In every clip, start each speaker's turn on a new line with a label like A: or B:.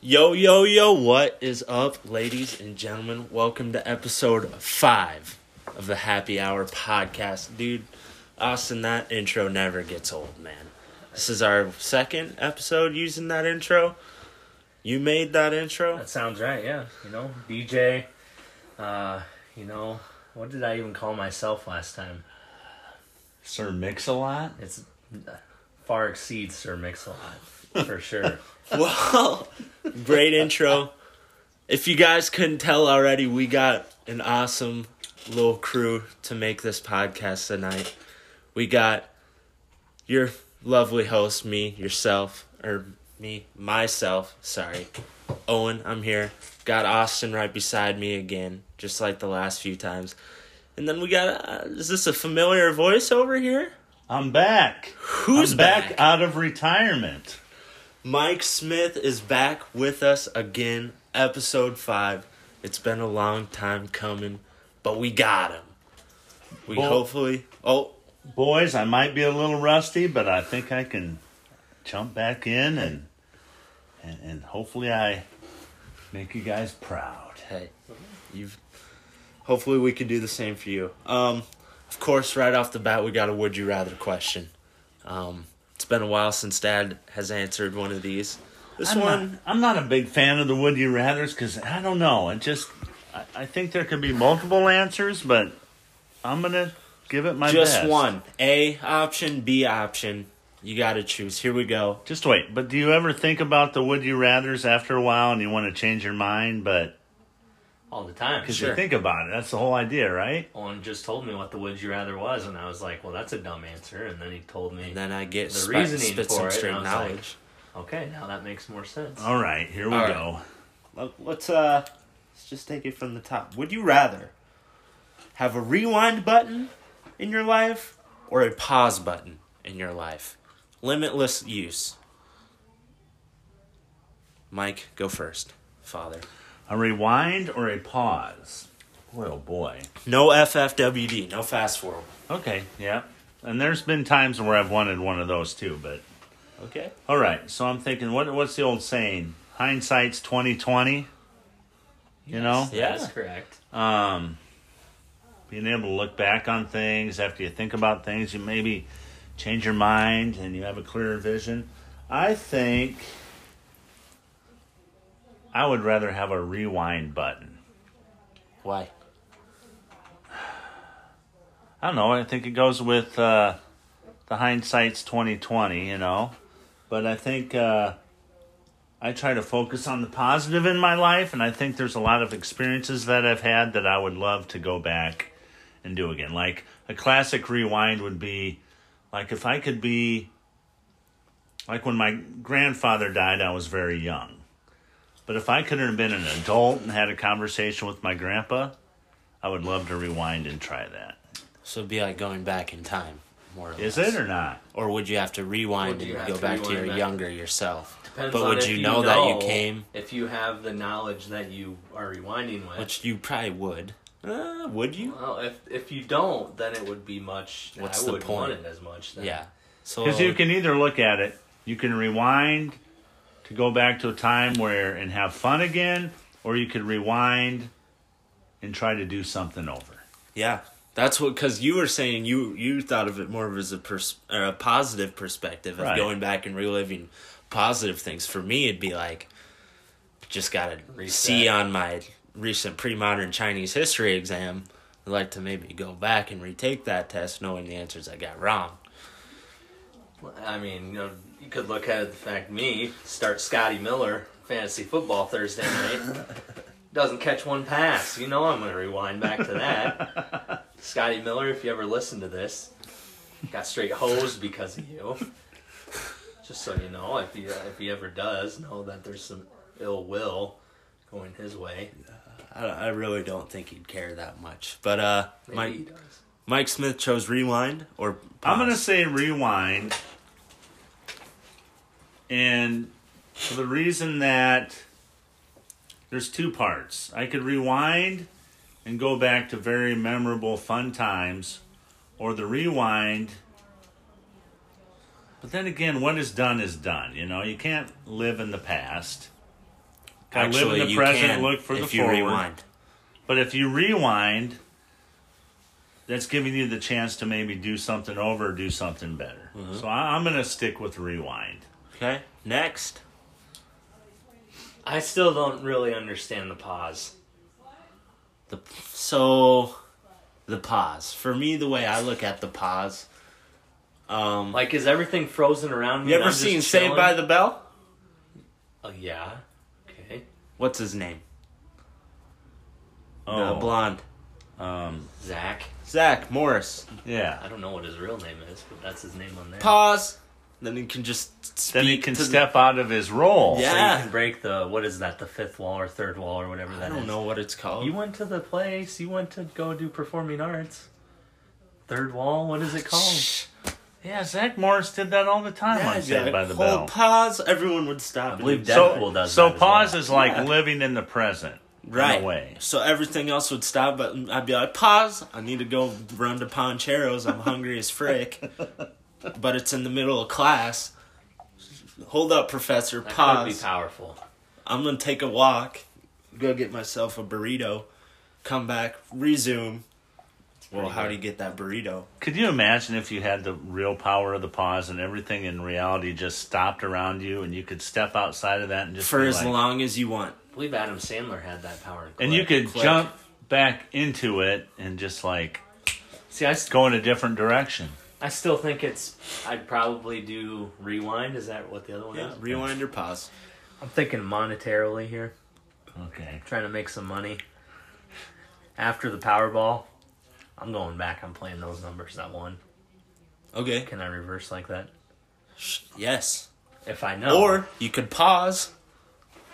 A: Yo, yo, yo, what is up, ladies and gentlemen? Welcome to episode five of the Happy Hour podcast. Dude, Austin, that intro never gets old, man. This is our second episode using that intro. You made that intro?
B: That sounds right, yeah. You know, BJ, uh, you know, what did I even call myself last time?
C: Sir Mix-a-Lot?
B: It's uh, far exceeds Sir Mix-a-Lot, for sure.
A: Well, great intro. If you guys couldn't tell already, we got an awesome little crew to make this podcast tonight. We got your lovely host, me, yourself, or me, myself, sorry. Owen, I'm here. Got Austin right beside me again, just like the last few times. And then we got, uh, is this a familiar voice over here?
C: I'm back.
A: Who's
C: I'm
A: back?
C: out of retirement?
A: Mike Smith is back with us again, episode five. It's been a long time coming, but we got him. We
C: Well-
A: hopefully. Oh,
C: Boys, I might be a little rusty, but I think I can jump back in and and, and hopefully I make you guys proud.
A: hey, you've. Hopefully, we can do the same for you. Um, of course, right off the bat, we got a would you rather question. Um, it's been a while since Dad has answered one of these. This
C: I'm
A: one,
C: not, I'm not a big fan of the would you rather's because I don't know. It just I, I think there could be multiple answers, but I'm gonna give it my
A: just
C: best.
A: one. A option, B option. You got to choose. Here we go.
C: Just wait. But do you ever think about the would you rather's after a while and you want to change your mind? But
B: All the time.
C: because
A: Sure.
C: you think about it, that's the whole idea, right?
B: Owen just told me what the would you rather was, and I was like, well, that's a dumb answer. And then he told me,
A: And then I get
B: The
A: spi-
B: reasoning
A: spit
B: for
A: some
B: it,
A: straight
B: and I was like,
A: knowledge.
B: okay, now that makes more sense.
C: All right, here we
A: All right.
C: go.
A: Let- Let's uh let's just take it from the top. Would you rather have a rewind button in your life or a pause button in your life? Limitless use. Mike, go first. Father.
C: A rewind or a pause? Boy, oh boy.
A: No FFWD, no fast forward.
C: Okay, yeah. And there's been times where I've wanted one of those too, but
A: Okay.
C: all right. So I'm thinking, what what's the old saying? Hindsight's twenty twenty. You know,
A: Yeah.
B: That's correct.
C: um, being able to look back on things after you think about things, you maybe change your mind and you have a clearer vision. I think I would rather have a rewind button.
A: Why?
C: I don't know. I think it goes with uh, the hindsight's twenty twenty, you know. But I think uh, I try to focus on the positive in my life, and I think there's a lot of experiences that I've had that I would love to go back and do again. Like a classic rewind would be, like if I could be, like when my grandfather died, I was very young. But if I could have been an adult and had a conversation with my grandpa, I would love to rewind and try that.
A: So it'd be like going back in time, more or
C: Is
A: less.
C: it or not?
A: Or would you have to rewind
B: Would you
A: and
B: have
A: go
B: to
A: back to
B: rewind
A: your
B: back?
A: younger yourself?
B: Depends
A: but
B: on
A: would
B: if
A: you know that you
B: know-
A: came?
B: If you have the knowledge that you are rewinding with.
A: Which you probably would. Uh, would you?
B: well, if if you don't, then it would be much.
A: What's
B: I
A: the
B: wouldn't want
A: point?
B: it as much. Then.
A: Yeah. So
C: Because you can either look at it, you can rewind to go back to a time where and have fun again, or you could rewind and try to do something over.
A: Yeah, that's what because you were saying you you thought of it more as a pers- or a positive perspective of
C: Right.
A: going back and reliving positive things. For me, it'd be like just got to
B: Reset.
A: see on my recent pre-modern Chinese history exam. I'd like to maybe go back and retake that test, knowing the answers I got wrong.
B: I mean, you, know, you could look at it the fact me start Scotty Miller fantasy football Thursday night doesn't catch one pass. You know I'm going to rewind back to that. Scotty Miller, if you ever listen to this, got straight hosed because of you. Just so you know, if he if he ever does, know that there's some ill will going his way.
A: I, I really don't think he'd care that much, but uh,
B: Maybe he
A: Mike
B: does.
A: Mike Smith chose rewind or
C: I'm gonna
A: pause.
C: say rewind, and for the reason that there's two parts. I could rewind and go back to very memorable fun times or the rewind. But then again, what is done is done. You know, you can't live in the past. Gotta live in
A: Actually,
C: the
A: you
C: present,
A: can
C: look for the
A: if you
C: forward.
A: rewind.
C: But if you rewind, that's giving you the chance to maybe do something over, do something better.
A: Mm-hmm.
C: So I, I'm going to stick with rewind.
A: Okay, next.
B: I still don't really understand the pause.
A: The so the pause. For me, the way I look at the pause. Um,
B: Like, is everything frozen around me?
A: you
B: and
A: ever
B: I'm just
A: seen Saved
B: chilling?
A: by the Bell?
B: Oh yeah. Okay.
A: What's his name? The
C: Oh,
A: blonde.
C: um,
B: Zach.
A: Zach Morris.
B: I
C: yeah.
B: don't know what his real name is, but that's his name on there.
A: Pause. Then he can just speak
C: Then he can
A: to the-
C: step out of his role.
A: Yeah.
B: So you can break the what is that? The fifth wall or third wall or whatever that
A: I
B: is.
A: don't know what it's called.
B: You went to the place. You went to go do performing arts. Third wall. What is it called?
A: Shh.
C: Yeah, Zach Morris did that all the time
A: Oh, Yeah,
C: on Saved
A: Zach,
C: by the
A: hold
C: Bell.
A: pause. Everyone would stop.
B: I believe
A: and-
C: so
B: Deadpool does
C: so
B: that as
C: pause
B: well.
C: is like
A: Yeah.
C: living in the present.
A: right.
C: In a way.
A: So everything else would stop, but I'd be like, pause. I need to go run to Poncheros. I'm hungry as frick. But it's in the middle of class. Hold up, professor.
B: That could be
A: Pause.
B: powerful.
A: I'm gonna take a walk. Go get myself a burrito. Come back. Resume. Well,
B: pretty
A: how
B: good.
A: do you get that burrito?
C: Could you imagine if you had the real power of the pause and everything in reality just stopped around you and you could step outside of that and just
A: For
C: be
A: as
C: like-
A: long as you want.
B: I believe Adam Sandler had that power. in
C: and you
B: Click.
C: could
A: click.
C: jump back into it and just like
B: see. I, s-
C: go in a different direction.
B: I still think it's. I'd probably do rewind. Is that what the other one
A: Yeah,
B: is?
A: rewind or pause.
B: I'm thinking monetarily here,
C: Okay.
B: trying to make some money. After the Powerball, I'm going back. I'm playing those numbers that won.
A: Okay.
B: Can I reverse like that?
A: Yes.
B: If I know,
A: Or you could pause,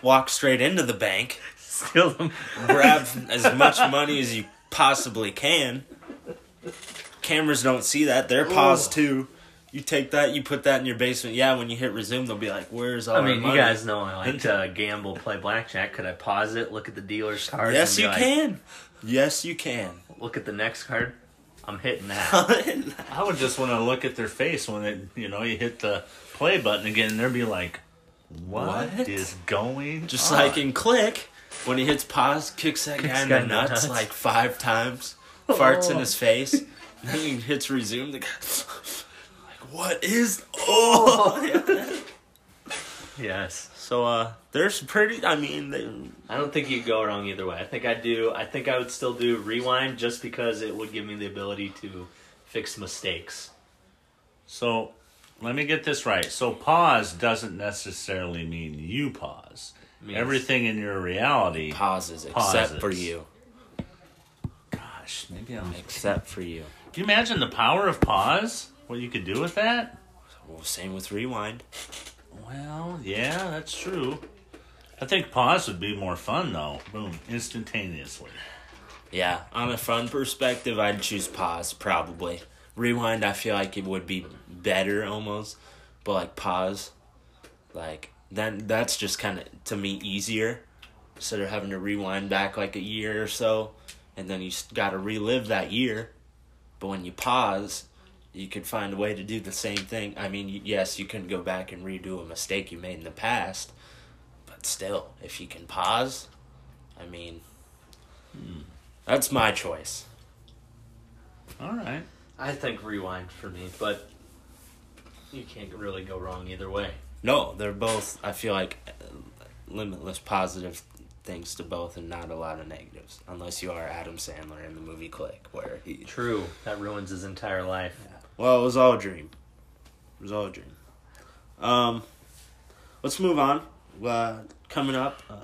A: walk straight into the bank,
B: steal them.
A: grab as much money as you possibly can. Cameras don't see that. They're paused too. You take that, you put that in your basement. Yeah, when you hit resume, they'll be like, "Where's all
B: I
A: our
B: mean, you
A: money?"
B: guys know I like to gamble, play blackjack. Could I pause it, look at the dealer's card?
A: yes,
B: and be
A: you
B: like,
A: can. Yes, you can.
B: Look at the next card. I'm hitting that.
C: I would just want to look at their face when it, you know, you hit the play button again, and they'd be like,
A: What?
C: what is going?
A: Just
C: on?
A: like in Click, when he hits pause, kicks that guy in
B: guy
A: the
B: in the
A: nuts,
B: nuts.
A: like five times, farts in
B: Oh.
A: his face, then he hits resume. The guy, like, what is? Oh,
B: yes.
A: so uh, there's pretty. I mean, they,
B: I don't think you'd go wrong either way. I think I do. I think I would still do rewind just because it would give me the ability to fix mistakes.
C: So let me get this right. So pause doesn't necessarily mean you pause.
B: Means-
C: Everything in your reality.
A: pauses,
C: Pauses.
A: except for you,
C: Gosh, maybe I'm. Can
A: except for you.
C: you imagine the power of pause? What you could do with that?
A: Well, same with rewind.
C: Well, yeah, that's true. I think pause would be more fun though. Boom, instantaneously.
A: Yeah, on a fun perspective, I'd choose pause probably. Rewind, I feel like it would be better almost, but like pause, like then that's just kind of to me easier instead of having to rewind back like a year or so, and then you got to relive that year. But when you pause, you could find a way to do the same thing. I mean, y- yes, you can go back and redo a mistake you made in the past, but still, if you can pause, I mean. That's my choice.
C: All right.
B: I think rewind for me, but you can't really go wrong either way.
A: No, they're both. I feel like uh, limitless positive things to both, and not a lot of negatives, unless you are Adam Sandler in the movie Click, where he.
B: True. That ruins his entire life.
A: Well, it was all a dream. It was all a dream. Um, let's move on. Uh, coming up, uh,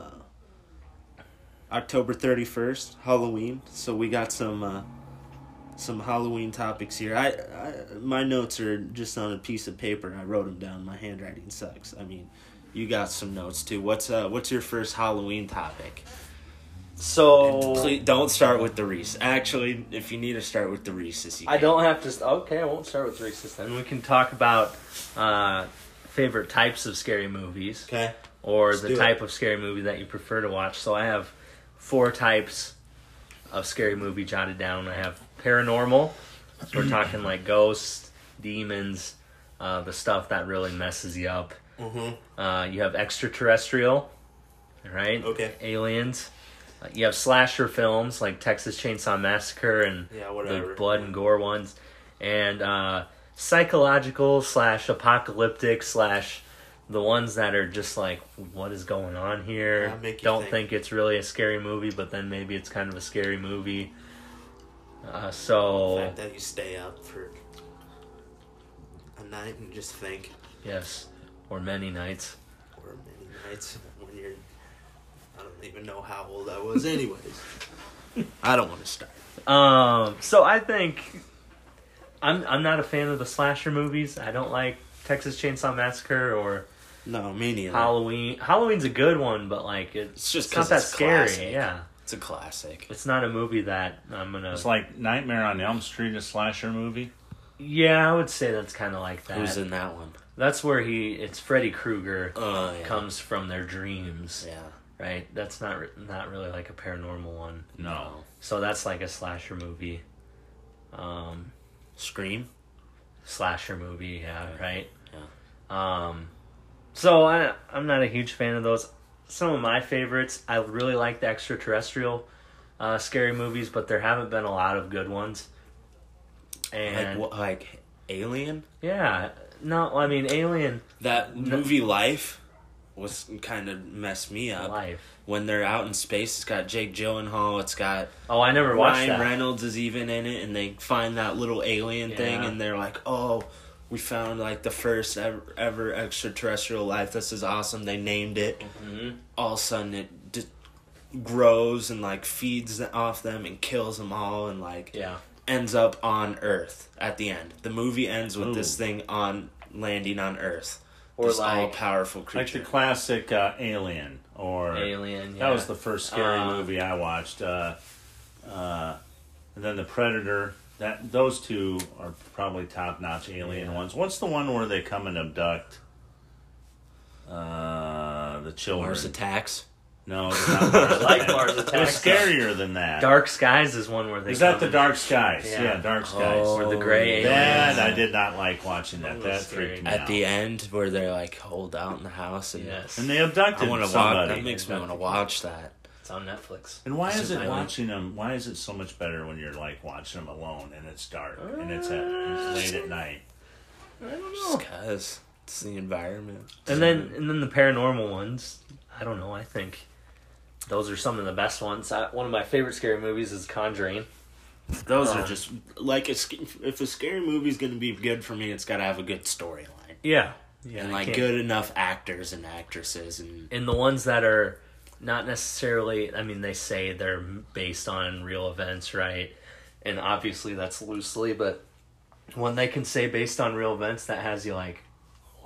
A: October thirty first, Halloween. So we got some uh, some Halloween topics here. I, I my notes are just on a piece of paper. I wrote them down. My handwriting sucks. I mean, you got some notes too. What's uh What's your first Halloween topic?
B: So
A: Please don't start with the Reese. Actually, if you need to start with the Reese's, you
B: I
A: can.
B: don't have to. St- okay, I won't start with racist then. We can talk about uh, favorite types of scary movies
A: Okay.
B: or
A: Let's do
B: the
A: it.
B: type of scary movie that you prefer to watch. So I have four types a scary movie jotted down. I have paranormal. So we're talking like ghosts, demons, uh, the stuff that really messes you up. Mm-hmm. Uh, you have extraterrestrial, right?
A: Okay.
B: Aliens. Uh, You have slasher films like Texas Chainsaw Massacre and
A: Yeah, whatever.
B: the blood and gore ones, and uh, psychological slash apocalyptic slash the ones that are just like, what is going on here?
A: Yeah, make you
B: Don't
A: think.
B: think it's really a scary movie, but then maybe it's kind of a scary movie. Uh, so
A: fact that you stay up for a night and just think,
B: yes, or many nights.
A: or many nights when you're. I don't even know how old I was, anyways. I don't want to start.
B: Um, so I think I'm I'm not a fan of the slasher movies. I don't like Texas Chainsaw Massacre or
A: No, me neither.
B: Halloween. Halloween's a good one, but like it-
A: It's just
B: it's not
A: 'cause
B: that
A: it's
B: scary.
A: classic.
B: Yeah,
A: It's a classic.
B: it's not a movie that I'm gonna.
C: It's like Nightmare on Elm Street, a slasher movie.
B: yeah, I would say that's kind of like that.
A: Who's in that one?
B: that's where he. It's Freddy Krueger
A: Oh, yeah.
B: comes from their dreams,
A: Yeah.
B: right? That's not re- not really like a paranormal one.
C: No.
B: So that's like a slasher movie. Um,
A: Scream?
B: slasher movie, yeah, right?
A: Yeah.
B: Um, so I, I'm not a huge fan of those. Some of my favorites, I really like the extraterrestrial uh, scary movies, but there haven't been a lot of good ones.
A: Like,
B: And
A: what, like Alien?
B: yeah, no, I mean Alien
A: That movie Life was kind of messed me up.
B: Life.
A: When they're out in space, it's got Jake Gyllenhaal, it's got
B: Oh, I never watched
A: Ryan
B: that.
A: Reynolds is even in it, and they find that little alien thing,
B: Yeah.
A: and they're like, "Oh, we found like the first ever, ever extraterrestrial life. This is awesome." They named it.
B: Mhm.
A: All of a sudden, it d- grows and like feeds th- off them and kills them all, and like
B: Yeah,
A: ends up on Earth at the end. The movie ends with this
C: Ooh.
A: thing on landing on Earth.
B: Or
A: this
B: like-
A: all powerful
C: Like
A: creature.
C: the classic uh, Alien or
B: Alien. Yeah.
C: That was the first scary
B: Uh,
C: movie I watched. Uh, uh, and then the Predator. That those two are probably top notch alien ones. What's the one where they come and abduct uh, the children?
A: Mars attacks.
C: no, it's not Mars.
B: like Mars
C: It was
B: Attacks.
C: scarier than that.
B: Dark Skies is one where they
C: Is that
B: come
C: the
B: in-
C: Dark Skies?
B: Yeah.
C: Yeah, Dark Skies.
B: or the gray aliens.
C: that I did not like watching that.
B: was
C: That
B: scary.
C: freaked me
A: Oh, At
C: out.
A: the end, where they're like holed out in the house, and
B: Yes,
C: and they abducted
A: I want to watch.
C: somebody.
A: That makes me want to watch that.
B: it's on Netflix.
C: And why
A: This
C: is
A: is
C: it
A: my-
C: watching them? Why is it so much better when you're like watching them alone and it's dark and it's, at,
B: Uh,
C: it's late at night?
B: I don't
A: Just cause it's the environment.
B: And then and then the paranormal ones. I don't know. I think those are some of the best ones. I, one of my favorite scary movies is Conjuring.
A: those
B: Uh.
A: are just like it's, if a scary movie's gonna be good for me, it's gotta have a good storyline
B: Yeah. Yeah.
A: and
B: I
A: like
B: can't-
A: good enough actors and actresses and
B: And the ones that are not necessarily. I mean, they say they're based on real events, right? And obviously that's loosely, but when they can say based on real events, that has you like,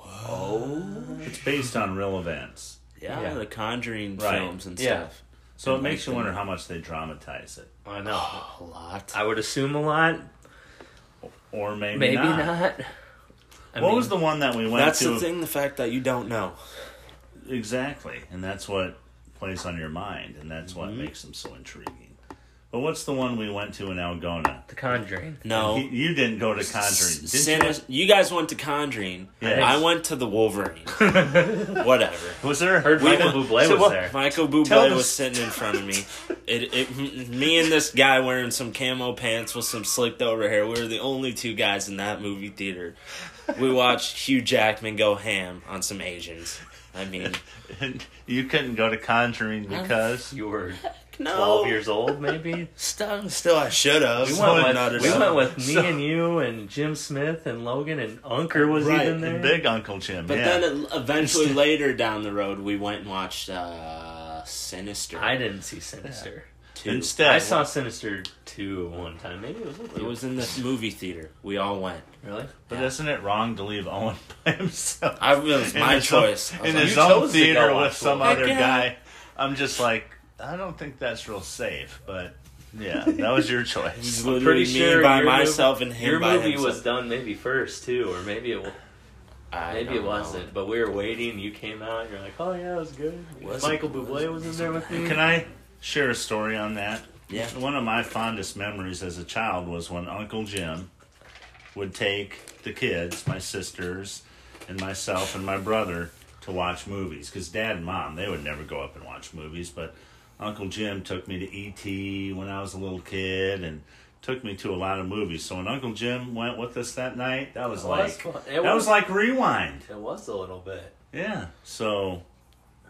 B: oh,
C: It's based on real events,
A: yeah,
B: Yeah.
A: the Conjuring
C: Right.
A: films and
B: Yeah.
A: stuff.
C: so it makes you wonder how much they dramatize it,
B: I know.
A: Oh, A lot.
B: I would assume a lot.
C: or maybe,
B: Maybe
C: not.
B: not. I
C: what
B: mean,
C: was the one that we went
A: That's
C: to
A: the thing. The fact that you don't know.
C: exactly? And that's what plays on your mind, and that's what
A: Mm-hmm.
C: makes them so intriguing. But what's the one we went to in Algona?
B: The Conjuring.
A: No.
C: He- you didn't go to
A: S-
C: Conjuring, did
A: Santa-
C: you?
A: you guys went to Conjuring.
C: Yes.
A: I went to the Wolverine. Whatever.
C: Was there a
B: Heard
C: we
B: Michael
C: went-
B: Bublé
C: so
B: was
C: what-
B: there.
A: Michael Bublé
C: Tell the
A: was
C: s-
A: sitting in front of me. It, it, m- me and this guy wearing some camo pants with some slicked over hair. We were the only two guys in that movie theater. We watched Hugh Jackman go ham on some Asians. I mean,
C: you couldn't go to Conjuring because
B: You were
A: no,
B: 12 years old, maybe?
A: Still, still, I should have.
B: We
C: So
B: went
C: another
B: with, we
C: show.
B: went with me
C: So-
B: and you and Jim Smith and Logan and Unker was
A: Right,
B: even there.
C: Big Uncle Jim.
A: But
C: yeah.
A: then it- eventually later down the road, we went and watched uh, Sinister.
B: I didn't see Sinister.
A: two.
C: instead,
B: I saw Sinister 2 one time. Maybe it was with
A: It
B: you.
A: was in the movie theater. We all went.
B: really?
C: But
A: Yeah.
C: isn't it wrong to leave Owen by himself?
A: I it was
C: In
A: my
C: his own-
A: choice. I was
C: in
A: like,
C: his
B: "You
C: own
B: chose to go
C: theater
B: watch
C: with some
B: Owen."
C: other
A: Heck yeah.
C: guy. I'm just like, I don't think that's real safe, but yeah, that was your choice.
A: It's literally me by
B: your
A: myself
B: movie,
A: and him
B: Your
A: by
B: movie
A: himself.
B: was done maybe first, too, or maybe it, wa-
A: I
B: maybe
A: don't
B: it
A: know.
B: wasn't. But we were waiting, you came out, and you're like, oh yeah, it was good.
A: Was it-
B: Michael Bublé was in there with me.
C: Can I share a story on that?
A: Yeah.
C: One of my fondest memories as a child was when Uncle Jim would take the kids, my sisters, and myself and my brother to watch movies. Because dad and mom, they would never go up and watch movies, but Uncle Jim took me to E.T. when I was a little kid and took me to a lot of movies. So when Uncle Jim went with us that night, that was
B: It was
C: like
B: fun. It
C: that
B: was-
C: was like rewind.
B: It was a little bit.
C: Yeah. So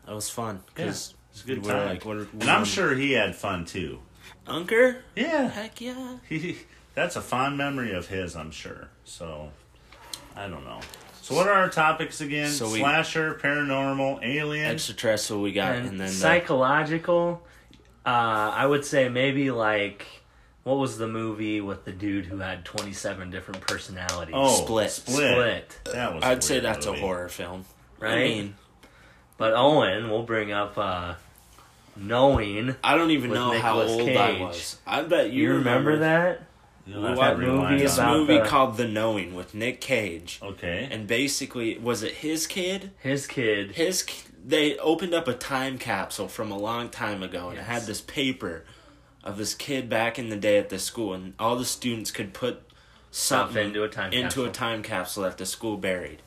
A: That was fun.
C: yeah,
A: Cause
C: it's a good
A: we were
C: time.
A: like, what are-
C: and I'm sure he had fun too.
A: Unker?
C: Yeah.
A: Heck yeah.
C: He, that's a fond memory of his, I'm sure. So, I don't know. So, what are our topics again?
A: So we-
C: Slasher, paranormal, alien.
A: Extraterrestrial we got, and,
B: and
A: then uh, the-
B: psychological uh i would say maybe like what was the movie with the dude who had 27 different personalities
C: oh,
A: Split.
C: Split.
B: split
C: That was. a
A: I'd say
C: weird
A: that's
C: movie.
A: a horror film.
B: right
A: I mean,
B: but owen will bring up uh knowing
A: I don't even
B: With
A: know how
B: Nicolas
A: old I
B: Cage.
A: was. I bet you,
B: you remember that
C: You'll have to
A: What
C: rewind
B: movie
C: on
A: This
B: about
C: that.
A: movie
B: the-
A: called The Knowing with Nick
C: Oh.
A: Cage,
C: Okay.
A: and basically, was it his kid?
B: his kid
A: His k- they opened up a time capsule from a long time ago, and it had
B: Yes.
A: this paper of this kid back in the day at the school, and all the students could put
B: stuff
A: something
B: into a time
A: into
B: capsule.
A: a time capsule that the school buried.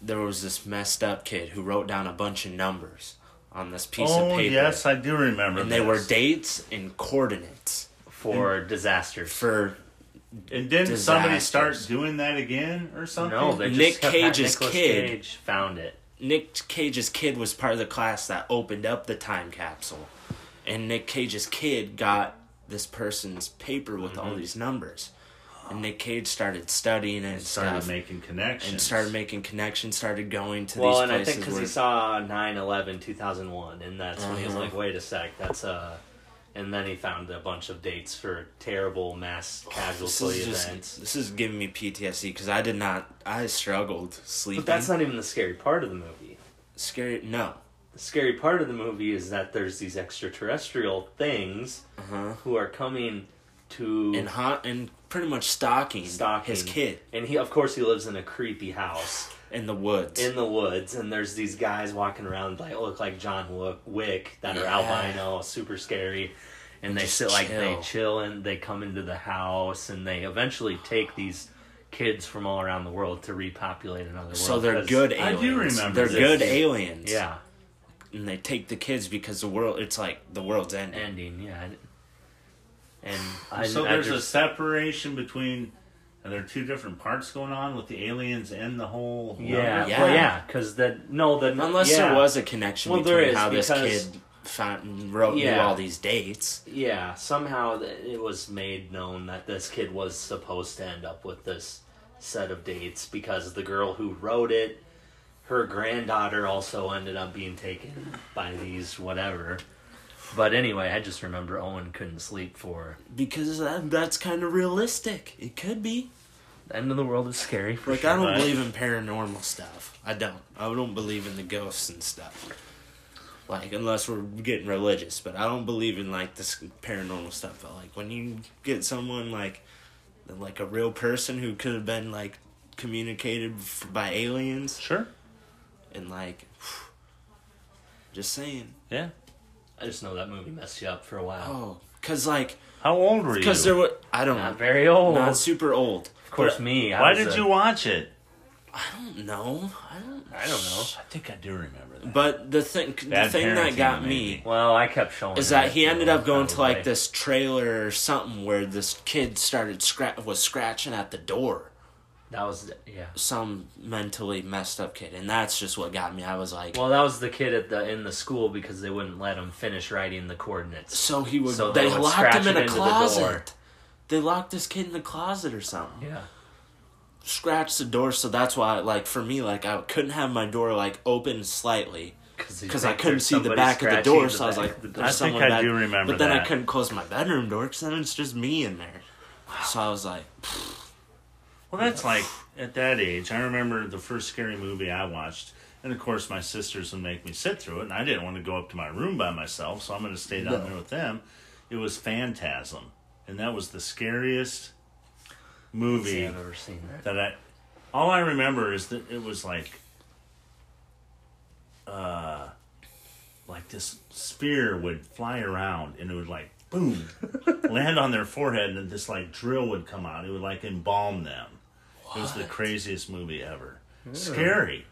A: There was this messed up kid who wrote down a bunch of numbers on this piece
C: Oh
A: of paper.
C: yes, I do remember.
A: and they were
C: this.
A: dates and coordinates
B: for disaster
A: for
C: And didn't somebody start
A: disasters.
C: doing that again or something?
B: no they
A: Nick
B: just kept that
A: Cage's
B: Nicolas
A: kid.
B: Cage found it
A: Nick Cage's kid was part of the class that opened up the time capsule. And Nick Cage's kid got this person's paper with
B: Mm-hmm.
A: all these numbers. And Nick Cage started studying and,
C: started
A: stuff,
C: making connections
A: and started making connections, started going to
B: well
A: these
B: and i
A: places.
B: think because
A: where-
B: he saw 9-11 2001 and that's when he was
A: Uh-huh.
B: like wait a sec that's uh and then he found a bunch of dates for terrible mass
A: this
B: casualty
A: is just-
B: events
A: this is giving me PTSD because I did not. I struggled sleeping.
B: but that's not even the scary part of the movie
A: scary. No.
B: the scary part of the movie is that there's these extraterrestrial things
A: Uh-huh.
B: who are coming to
A: And hot and pretty much stalking,
B: stalking
A: his kid
B: and he of course he lives in a creepy house
A: in the woods.
B: in the woods and there's these guys walking around that look like John Wo- Wick that are
A: Yeah.
B: albino, super scary. And they
A: Just
B: sit like they
A: chill.
B: chill and they come into the house and they eventually take these kids from all around the world to repopulate another
A: so
B: world.
A: they're
B: 'cause-
A: good
C: I
A: aliens.
C: do remember
A: they're
C: this.
A: good aliens.
B: Yeah,
A: and they take the kids because the world it's like the world's ending.
B: ending, yeah. And- And I,
C: so
B: I
C: there's a
B: just,
C: separation between and there are two different parts going on with the aliens and the whole
A: Yeah.
B: yeah, yeah, well, yeah, because the no, the
A: Unless
B: yeah,
A: there was a connection
B: Well, there
A: between
B: is,
A: how this
B: because-
A: kid found, wrote knew
B: Yeah.
A: all these dates.
B: Yeah, somehow th- it was made known that this kid was supposed to end up with this set of dates because the girl who wrote it, her granddaughter also ended up being taken by these whatever. But anyway, I just remember Owen couldn't sleep for
A: Because that, that's kind of realistic. It could be.
B: the end of the world is scary. For
A: Like
B: sure.
A: I don't
C: Right.
A: believe in paranormal stuff. I don't. I don't believe in the ghosts and stuff. Like unless we're getting religious, but I don't believe in like this paranormal stuff. But like when you get someone like, like a real person who could have been like communicated f- by aliens,
C: Sure.
A: and like just saying
C: Yeah.
B: I just know that movie messed you up for a
A: oh
B: while.
A: because like
C: How old were you?
A: because there were i don't
B: Not
A: know
B: very old.
A: not super old
B: of course, me. I
C: Why
B: was
C: did
B: a-
C: you watch it?
A: i don't know i don't
B: I don't know.
C: I think I do remember that.
A: but the thing the
C: Bad
A: thing that
C: parenting,
A: got me
C: maybe.
B: Well, I kept showing.
A: is
B: her
A: that he
B: it,
A: ended up going to like
B: probably.
A: this trailer or something where this kid started scra- was scratching at the door
B: That was yeah.
A: some mentally messed up kid and that's just what got me i was like
B: Well, that was the kid at the in the school because they wouldn't let him finish writing the coordinates.
A: so he would
B: So
A: they,
B: they would
A: locked
B: scratch
A: him in
B: it
A: a
B: into the door.
A: closet they locked this kid in the closet or something
B: Yeah.
A: scratched the door, so that's why, like, for me, like, I couldn't have my door, like, open slightly because I couldn't see the back of the door, so I was like,
C: I
A: there's
C: think
A: someone
C: I
A: back-
C: do remember
A: But then I
C: that.
A: couldn't close my bedroom door because then it's just me in there. So I was like,
C: Well, that's like at that age. I remember the first scary movie I watched, and of course my sisters would make me sit through it, and I didn't want to go up to my room by myself, so I'm going to stay down there with them. It was Phantasm, and that was the scariest movie
B: I've never seen that.
C: that I. All I remember is that it was like, uh, like this sphere would fly around and it would like boom, land on their forehead, and this like drill would come out. It would like embalm them. It was the craziest movie ever.
B: Hmm.
C: Scary.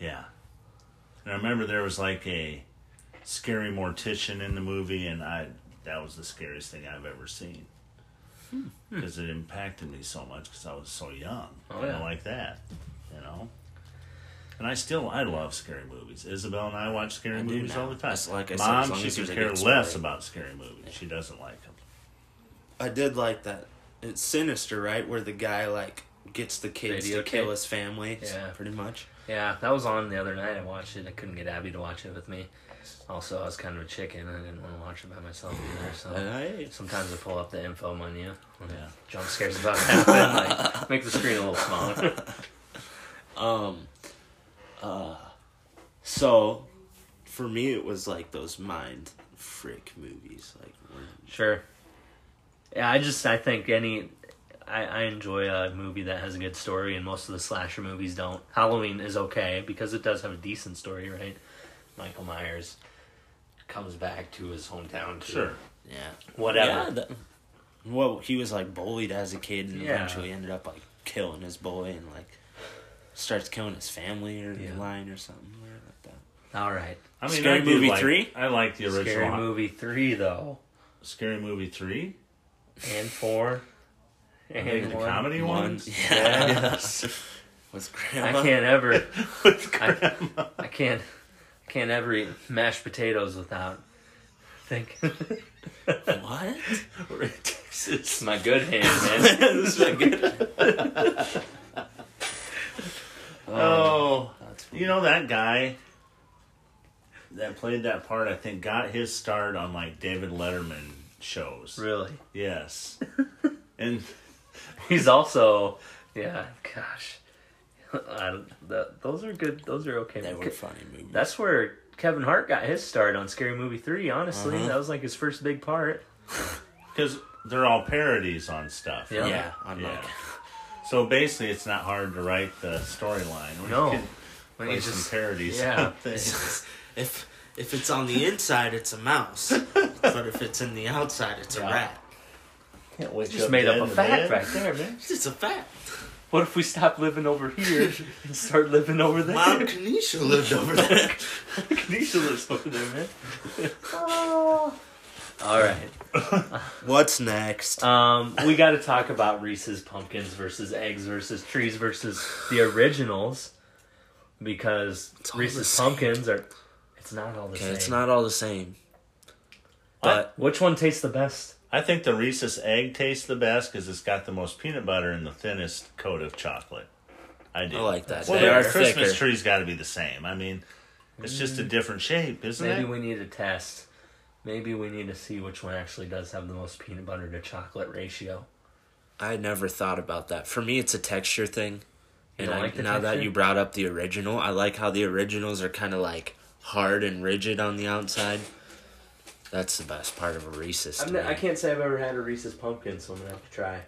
C: Yeah. And I remember there was like a scary mortician in the movie, and I that was the scariest thing I've ever seen
B: Hmm.
C: because it impacted me so much because I was so young.
B: Oh,
C: kinda
B: yeah.
C: like that, you know. And I still I love scary movies. Isabel and I watch scary
A: I do
C: movies all
A: now.
C: the time.
A: As- like I said, as
C: Mom,
A: long
C: she
A: as
C: could
A: there's a
C: care
A: good
C: less
A: story.
C: about scary movies. She doesn't like them.
A: I did like that. It's sinister, right? Where the guy like gets the kids
B: Video
A: to kill
B: kid.
A: his family. s-
B: Yeah.
A: pretty much.
B: Yeah, that was on the other night. I watched it. I couldn't get Abby to watch it with me. Also, I was kind of a chicken. I didn't want to watch it by myself either. So
A: Hey.
B: sometimes I pull up the info menu. When
C: Yeah.
B: Jump scares about halfway. Like, make the screen a little smaller.
A: Um. Uh. So, for me, it was like those mind freak movies, like where
B: Sure. Yeah, I just I think any I, I enjoy a movie that has a good story, and most of the slasher movies don't. Halloween is okay because it does have a decent story, right? Michael Myers comes back to his hometown. To
C: Sure.
A: Yeah. Yeah.
B: Whatever.
A: That, well, he was like bullied as a kid, and
B: Yeah.
A: eventually ended up like killing his boy, and like starts killing his family or
B: Yeah.
A: line or something weird like that.
B: All right.
C: I mean,
A: Scary
C: I do
A: Movie
C: like-
A: 3?
C: I like the original
B: Scary movie three though,
C: Scary Movie Three.
B: and four,
C: I think
B: and
C: the
B: one.
C: comedy ones.
A: Yeah. Yes. With
B: I
C: Uh-huh.
A: grandma.
B: can't ever.
C: With
B: I-
C: grandma.
B: I can't. I can't ever eat mashed potatoes without thinking.
A: What?
C: We're in Texas.
B: It's my good hand, man.
A: this is not good.
C: Oh,
A: That's
C: you know that guy that played that part. I think got his start on like David Letterman shows.
B: really.
C: Yes. and
B: He's also, yeah, gosh, I, don't- that, those are good. Those are okay.
A: They were
B: Ke-
A: funny movies.
B: That's where Kevin Hart got his start on Scary Movie Three. Honestly,
A: Uh-huh.
B: that was like his first big part.
C: because they're all parodies on stuff.
B: Yeah.
A: yeah, I'm
C: Yeah.
A: like,
C: So basically, it's not hard to write the storyline. We
B: No.
C: can
B: When
C: play
B: he
C: some
B: just
C: parodies.
B: yeah.
C: on things.
A: if if it's on the inside, it's a mouse, but if it's in the outside, it's
B: Yeah.
A: a rat.
C: Can't wake
B: just made up
C: dead
B: a
C: in the
B: fact
C: bed.
B: right there, man.
A: It's a fact.
B: What if we stop living over here and start living over there?
A: Mom Kanisha lived over there.
B: Kanisha lives over there, man. Oh. All right.
A: What's next?
B: Um, we got to talk about Reese's pumpkins versus eggs versus trees versus the originals because
A: all the
B: Reese's
A: same.
B: pumpkins are. It's not all the
A: Okay,
B: same.
A: it's not all the same.
B: But which one tastes the best?
C: I think the Reese's egg tastes the best because it's got the most peanut butter and the thinnest coat of chocolate. I do.
A: I like that.
C: Well,
A: They
C: the
A: are
C: Christmas
A: thicker.
C: tree's got to be the same. I mean, it's just a different shape, isn't
B: Maybe
C: it?
B: we need a test. Maybe we need to see which one actually does have the most peanut butter to chocolate ratio.
A: I never thought about that. For me, it's a texture thing.
B: You
A: And
B: don't
A: I,
B: like the
A: now that
B: texture?
A: you brought up the original, I like how the originals are kind of like hard and rigid on the outside. That's the best part of a Reese's. to
B: I'm not,
A: me.
B: I can't say I've ever had a Reese's pumpkin, so I'm gonna have to try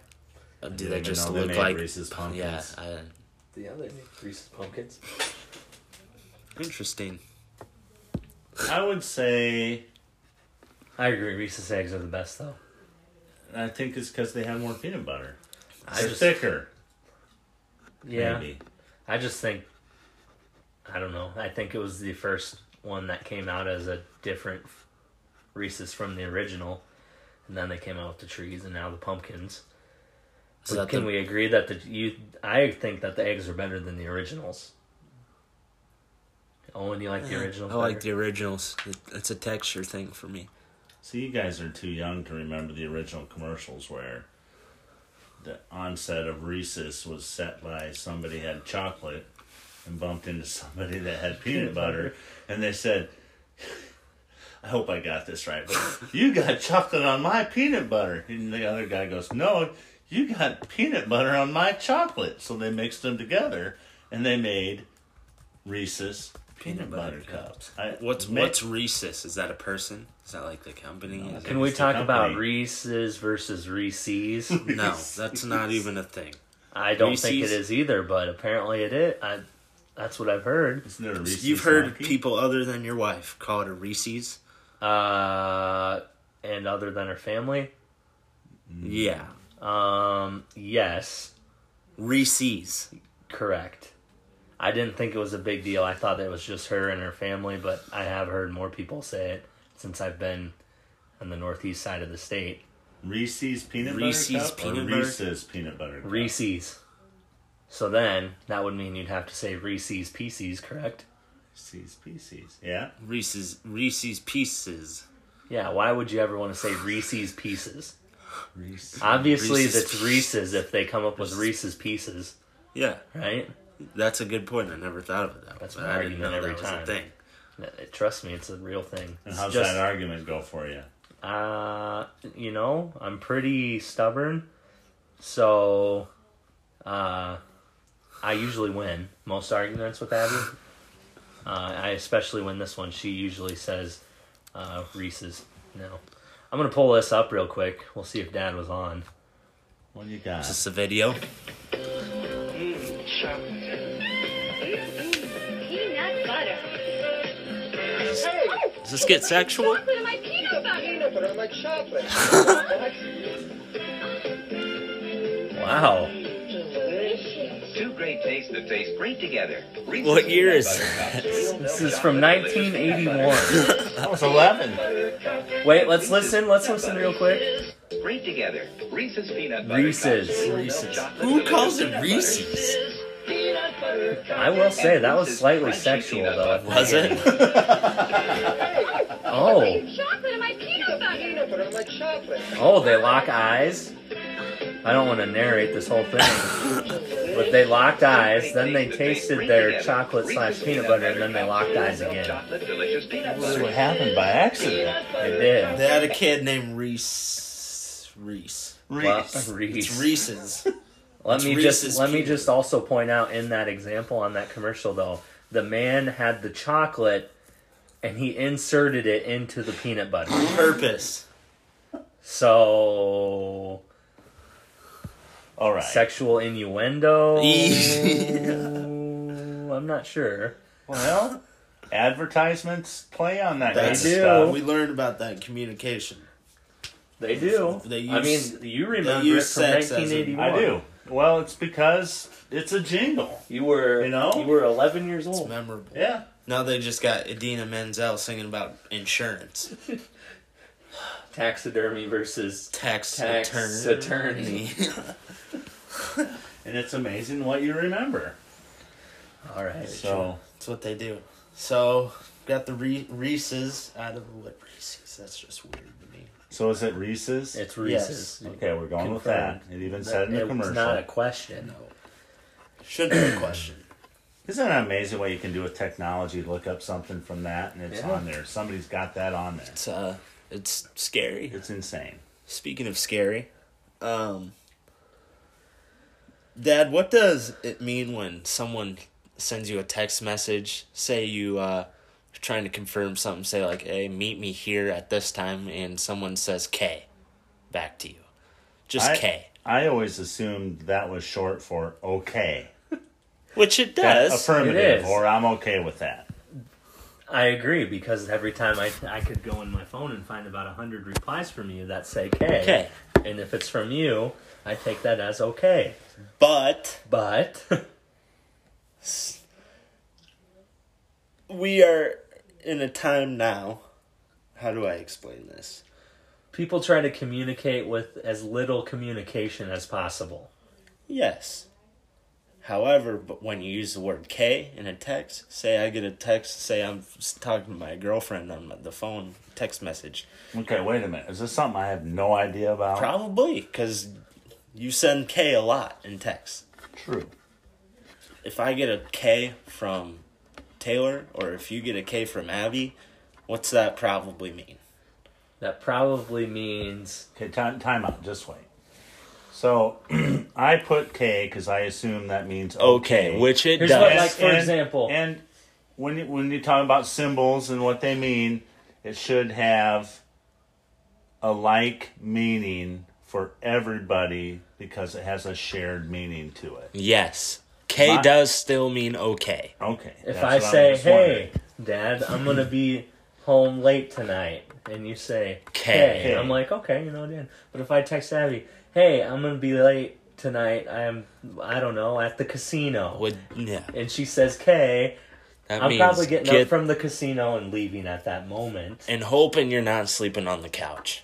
A: Uh, Do
C: didn't
A: they
C: even
A: just
C: know they
A: look
C: made
A: like
C: Reese's
A: Yeah.
C: pumpkins.
A: I,
B: the other Reese's pumpkins.
A: interesting.
C: I would say
B: I agree. Reese's eggs are the best, though.
C: I think it's because they have more peanut butter.
A: I
C: They're
A: just-
C: thicker.
B: Yeah.
C: Maybe.
B: I just think I don't know. I think it was the first one that came out as a different Reese's from the original, and then they came out with the trees and now the pumpkins.
A: Is
B: but
A: that
B: can
A: the-
B: we agree that the you? I think that the eggs are better than the originals. Owen, you like the original?
A: I like the originals. It, it's a texture thing for me.
C: See, you guys are too young to remember the original commercials where the onset of Reese's was set by somebody had chocolate and bumped into somebody that had peanut butter, and they said, I hope I got this right, but you got chocolate on my peanut butter. And the other guy goes, No, you got peanut butter on my chocolate. So they mixed them together and they made Reese's peanut, butter, cups. I,
A: What's
C: ma-
A: what's Reese's? Is that a person? Is that like the company? Is
B: Can
A: it-
B: we
C: It's the
B: talk about
C: company.
B: Reese's versus Reese's?
A: no, that's not even a thing.
B: I don't think it
A: Reese's?
B: is either, but apparently it is. I, that's what I've heard.
C: Isn't there a Reese's
A: You've heard
C: monkey?
A: people other than your wife call it a Reese's.
B: Uh, and other than her family?
A: Yeah.
B: Um, yes,
A: Reese's.
B: correct. I didn't think it was a big deal. I thought that it was just her and her family, but I have heard more people say it since I've been on the northeast side of the state.
C: Reese's peanut
A: Reese's
C: butter cup
A: peanut
C: or
A: butter-
C: Reese's peanut butter cup?
B: Reese's. So then that would mean you'd have to say Reese's Pieces, correct?
C: Reese's Pieces. Yeah.
A: Reese's Reese's pieces.
B: Yeah, why would you ever want to say Reese's Pieces?
C: Reese's.
B: Obviously,
A: Reese's
B: it's
A: Pieces.
B: Reese's if they come up with Reese's Pieces,
A: Yeah,
B: right?
A: that's a good point. I never thought of it that
B: That's
A: way.
B: my
A: I didn't
B: argument
A: know
B: every
A: that was
B: time.
A: a thing.
B: Uh, Trust me, it's a real thing.
C: And
B: It's
C: how's
B: just-
C: that argument go for you?
B: Uh, you know, I'm pretty stubborn, so uh, I usually win most arguments with Abby. Uh, I especially win this one. She usually says uh, Reese's. No, I'm gonna pull this up real quick. We'll see if Dad was on.
C: What do you got?
A: Is this a video?
D: Peanut butter.
E: Hey,
A: Does this get sexual?
D: Chocolate in my peanut butter.
E: peanut butter, I like chocolate.
B: Wow,
F: Two great tastes that taste great together. Reese's
A: What year
F: Peanut
A: is
F: Butter Cups. Real milk
B: this is from
F: chocolate delicious peanut
B: 1981.
C: That was 11.
B: Wait, let's listen. Let's listen real quick.
F: butter. Great together. Reese's peanut butter.
B: Reese's.
F: Cups. Real milk
B: Reese's.
F: chocolate
A: Who
F: delicious
A: calls it
F: peanut butter.
A: Reese's?
B: I will say that was slightly sexual, though.
A: Was it?
B: Oh,
D: Chocolate in my peanut butter.
E: Peanut butter, I like chocolate.
B: Oh, they lock eyes? I don't want to narrate this whole thing. but they locked eyes, then they tasted their chocolate slash peanut butter, and then they locked eyes again.
F: Chocolate delicious peanut
C: This is
F: butter.
C: what happened by accident.
B: They did.
A: They had a kid named Reese. Reese.
C: Reese.
B: Well,
A: It's
B: Reese.
A: Reese's.
B: let
A: it's
B: me
A: Reese's
B: just let me
A: peanut
B: just also point out in that example on that commercial though, the man had the chocolate and he inserted it into the peanut butter.
A: Purpose.
B: So
C: All right.
B: sexual innuendo.
A: Oh. E. Yeah.
B: I'm not sure.
C: well, advertisements play on that
A: That's
C: kind of
B: do.
C: stuff.
A: We learned about that in communication.
B: They do.
A: They
B: I
A: use-
B: mean, you remember
A: use
B: it from
A: sex as an-
B: 1981.
C: I do. Well, it's because it's a jingle.
B: You were,
C: You know?
B: you were 11 years old.
A: Memorable.
C: Yeah.
A: Now they just got Edina Menzel singing about insurance.
B: Taxidermy versus
A: Tax,
B: Tax attorney.
C: And it's amazing what you remember.
B: all right.
C: So,
A: That's what they do. So, got the Re- Reese's out of what Reese's? That's just weird to me.
C: so is it Reese's?
B: it's Reese's.
C: okay, we're going with that. It even said in the
B: It was
C: commercial.
B: not a question.
A: Should be a question.
C: Isn't it amazing what you can do with technology? Look up something from that and it's
B: Yeah.
C: on there. Somebody's got that on there.
A: It's uh, it's scary.
C: It's insane.
A: Speaking of scary, um, Dad, what does it mean when someone sends you a text message? Say you uh, are trying to confirm something. Say like, "Hey, meet me here at this time," and someone says "K," back to you, just
C: I-
A: K,
C: I always assumed that was short for okay.
A: which it
C: That-
A: does.
B: It
C: affirmative,
B: is.
C: or I'm okay with that.
B: I agree because every time I, I could go on my phone and find about 100 replies from you that say K.
A: K.
B: And if it's from you, I take that as okay.
A: but
B: But
A: we are in a time now. How do I explain this?
B: people try to communicate with as little communication as possible.
A: Yes. However, but when you use the word K in a text, say I get a text, say I'm s- talking to my girlfriend on the phone, text message.
C: Okay, wait a minute. Is this something I have no idea about?
A: Probably, because you send K a lot in text.
C: True.
A: If I get a K from Taylor, or if you get a K from Abby, what's that probably mean?
B: That probably means
C: Okay, time, time out. Just wait. So I put K because I assume that means okay.
A: which it
B: Here's what
C: And-
B: Like, for
C: and-
B: example-
C: and when you, when you talk about symbols and what they mean, it should have a like meaning for everybody because it has a shared meaning to it.
A: yes. K
C: My-
A: does still mean okay.
C: Okay.
B: If
C: that's
B: I
C: what
B: say,
C: was
B: "Hey,
C: wondering.
B: Dad, I'm gonna be home late tonight," and you say
A: K.
B: K, I'm like, okay, you know, Dan. But if I text Abby, hey, I'm gonna be late tonight. I'm, I don't know, at the casino,
A: Would yeah.
B: and she says K,
A: That
B: I'm
A: means
B: probably getting
A: get
B: up from the casino and leaving at that moment.
A: and hoping you're not sleeping on the couch.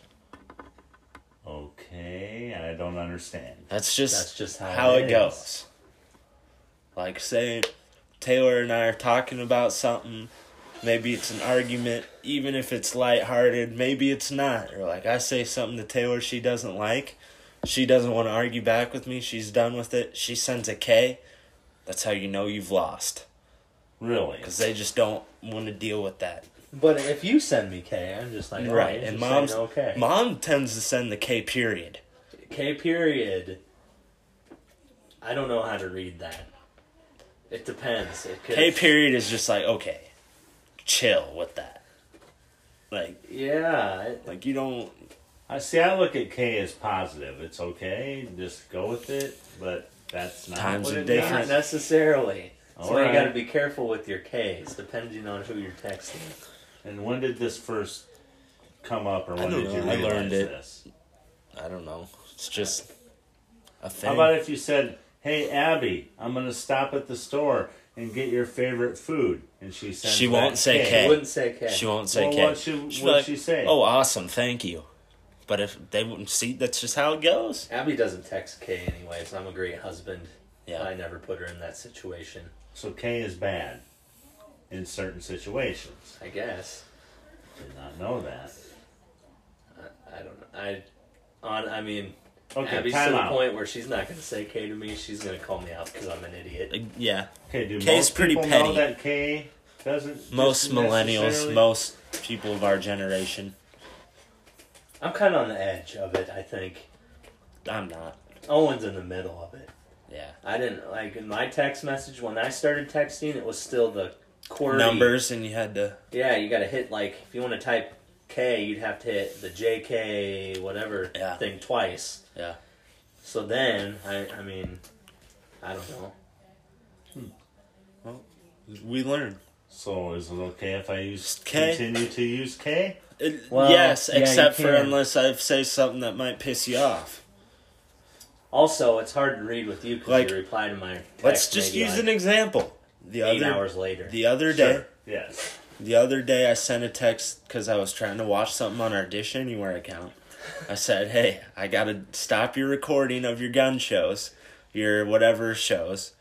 C: Okay, I don't understand.
A: That's just
B: That's just how
A: it,
B: it is.
A: goes. Like say Taylor and I are talking about something, maybe it's an argument, even if it's lighthearted, maybe it's not. Or like I say something to Taylor she doesn't like, she doesn't want to argue back with me, she's done with it, she sends a K. That's how you know you've lost.
C: Really?
A: Because they just don't want to deal with that.
B: But if you send me K, I'm just like,
A: Right.
B: right,
A: And
B: and
A: mom's
B: mom's okay.
A: mom tends to send the K period.
B: K period. I don't know how to read that. It depends. It could,
A: K period is just like, okay, chill with that. Like
B: Yeah. it-
A: Like you don't.
C: I see. I look at K as positive. It's okay. Just go with it. But that's not
A: Times
C: what
A: are
C: it
A: different.
B: Not necessarily. That's
C: All
B: why
C: right.
B: you gotta be careful with your K's, depending on who you're texting.
C: And when did this first come up, or when
A: don't
C: did
A: know.
C: you
A: I
C: realize
A: learned it.
C: this?
A: I don't know. It's just a thing.
C: How about if you said, "Hey Abby, I'm gonna stop at the store and get your favorite food," and she says
A: She won't say
B: You
A: K.
B: wouldn't say K.
A: She won't say
C: Well,
A: K.
C: what she-
A: She'll be
C: what'd she say?
A: Oh, awesome! Thank you. But if they wouldn't see, that's just how it goes.
B: Abby doesn't text K anyways. I'm a great husband.
A: Yeah.
B: I never put her in that situation.
C: So K is bad in certain situations.
B: I guess.
C: Did not know that.
B: I, I don't know. I, on. I mean,
C: Okay,
B: Abby's
C: time
B: to the
C: out.
B: point where she's not gonna say K to me. She's gonna call me out because I'm an idiot.
A: Like, Yeah,
C: Okay, do
A: K's
C: most
A: pretty
C: people
A: petty.
C: know that K doesn't
A: most
C: just
A: millennials,
C: necessarily-
A: most people of our generation.
B: I'm kind of on the edge of it. I think
A: I'm not.
B: Owen's in the middle of it.
A: Yeah.
B: I didn't like in my text message when I started texting. It was still the query
A: Numbers, and you had to.
B: Yeah, you got to hit like if you want to type K, you'd have to hit the JK whatever
A: Yeah.
B: thing twice.
A: Yeah.
B: So then I I mean I don't know.
A: We learn.
C: So is it okay if I use
A: K?
C: continue to use K?
A: It-
B: Well,
A: yes,
B: yeah, you
A: except for
B: can.
A: unless I say something that might piss you off.
B: Also, it's hard to read with you because
A: Like,
B: you reply to my. Text
A: Let's just
B: maybe,
A: use
B: like,
A: an example. The
B: eight
A: other
B: hours later.
A: the other day.
C: Yes.
A: The other day, I sent a text because I was trying to watch something on our Dish Anywhere account. I said, "Hey, I gotta stop your recording of your gun shows, your whatever shows,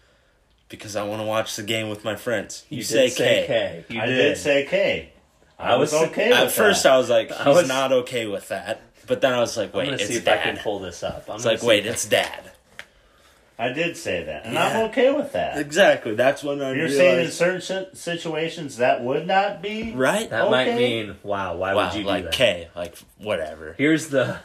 A: because I want to watch the game with my friends." You,
B: you
A: say,
B: did say
A: K.
B: K. You
C: I did say K. I
B: I
C: was
B: was-
C: okay.
A: At
C: with
A: first,
C: that.
A: I was like, "He's
B: I was-
A: not okay with that," but then I was like,
B: I'm
A: "Wait,
B: gonna see
A: it's
B: if I can
A: dad."
B: pull this up. I'm
A: It's like, wait, it's dad.
C: I did say that, and
A: Yeah.
C: I'm okay with that.
A: Exactly. That's when I
C: You're
A: realized.
C: saying in certain si- situations that would not be
A: right?
B: That
C: Okay.
B: might mean wow. Why
A: wow,
B: would you do
A: like
B: that?
A: K, like whatever.
B: Here's the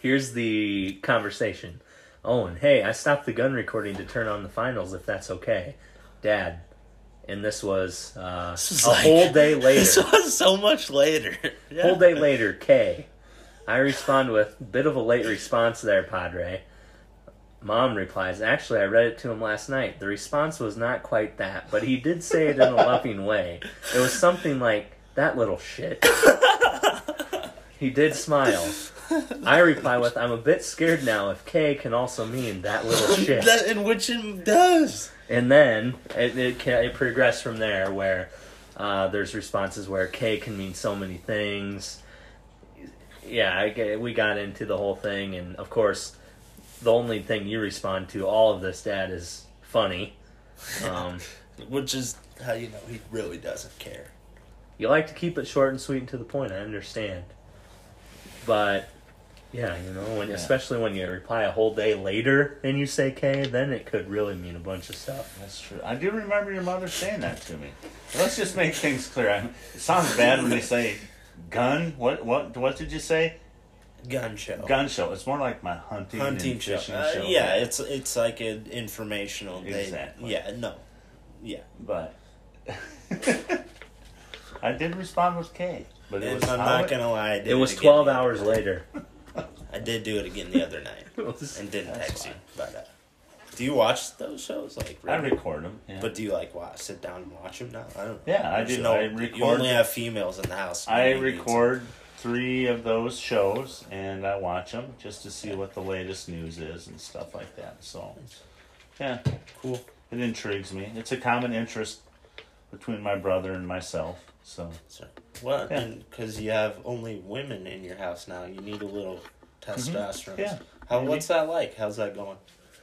B: Here's the conversation. Owen, hey, I stopped the gun recording to turn on the finals if that's okay. Dad. And this was uh,
A: It's
B: a
A: like-
B: whole day
A: This
B: later.
A: was so much later. Yeah.
B: whole day later, K. I respond with bit of a late response there, Padre. Mom replies, actually I read it to him last night. The response was not quite that, but he did say it in a loving way. It was something like that little shit. He did smile. I reply with, I'm a bit scared now if K can also mean that little shit.
A: That, in which it does.
B: And then it, it, ca- it progressed from there where uh, there's responses where K can mean so many things. Yeah, I get, we got into the whole thing, and of course, the only thing you respond to all of this, Dad, is funny. Um,
A: Which is how you know he really doesn't care.
B: you like to keep it short and sweet and to the point. I understand, but yeah, you know, when especially when you reply a whole day later and you say "K," then it could really mean a bunch of stuff.
C: That's true. I do remember your mother saying that to me. Let's just make things clear. I, it sounds bad when they say gun. What what what did you say?
A: Gun show.
C: Gun show. It's more like my hunting,
A: Hunting
C: and
A: show.
C: fishing
A: Uh,
C: show.
A: yeah, it's it's like an informational day.
C: Exactly.
A: Yeah, no. Yeah.
C: but I did respond with K. But it
A: And
C: was
A: I'm
C: how
A: not
C: it-
A: going to lie. I did
B: It was
A: again
B: twelve
A: the other-
B: hours later.
A: I did do it again the other night
B: It was-
A: and didn't
C: That's
A: text you. But uh, Do you watch those shows? Like,
C: I
A: regularly?
C: record them. Yeah.
A: But do you like watch, sit down and watch them now? I don't.
C: Yeah, I
A: just
C: do.
A: Know,
C: I
A: You
C: record-
A: only have females in the house.
C: I
A: You need to-
C: record three of those shows and I watch them just to see what the latest news is and stuff like that. So, yeah,
A: Cool.
C: it intrigues me. It's a common interest between my brother and myself. So,
A: So, well,
C: Yeah.
A: because you have only women in your house now, you need a little testosterone.
C: Mm-hmm. Yeah.
A: How?
C: Maybe.
A: What's that like? How's that going?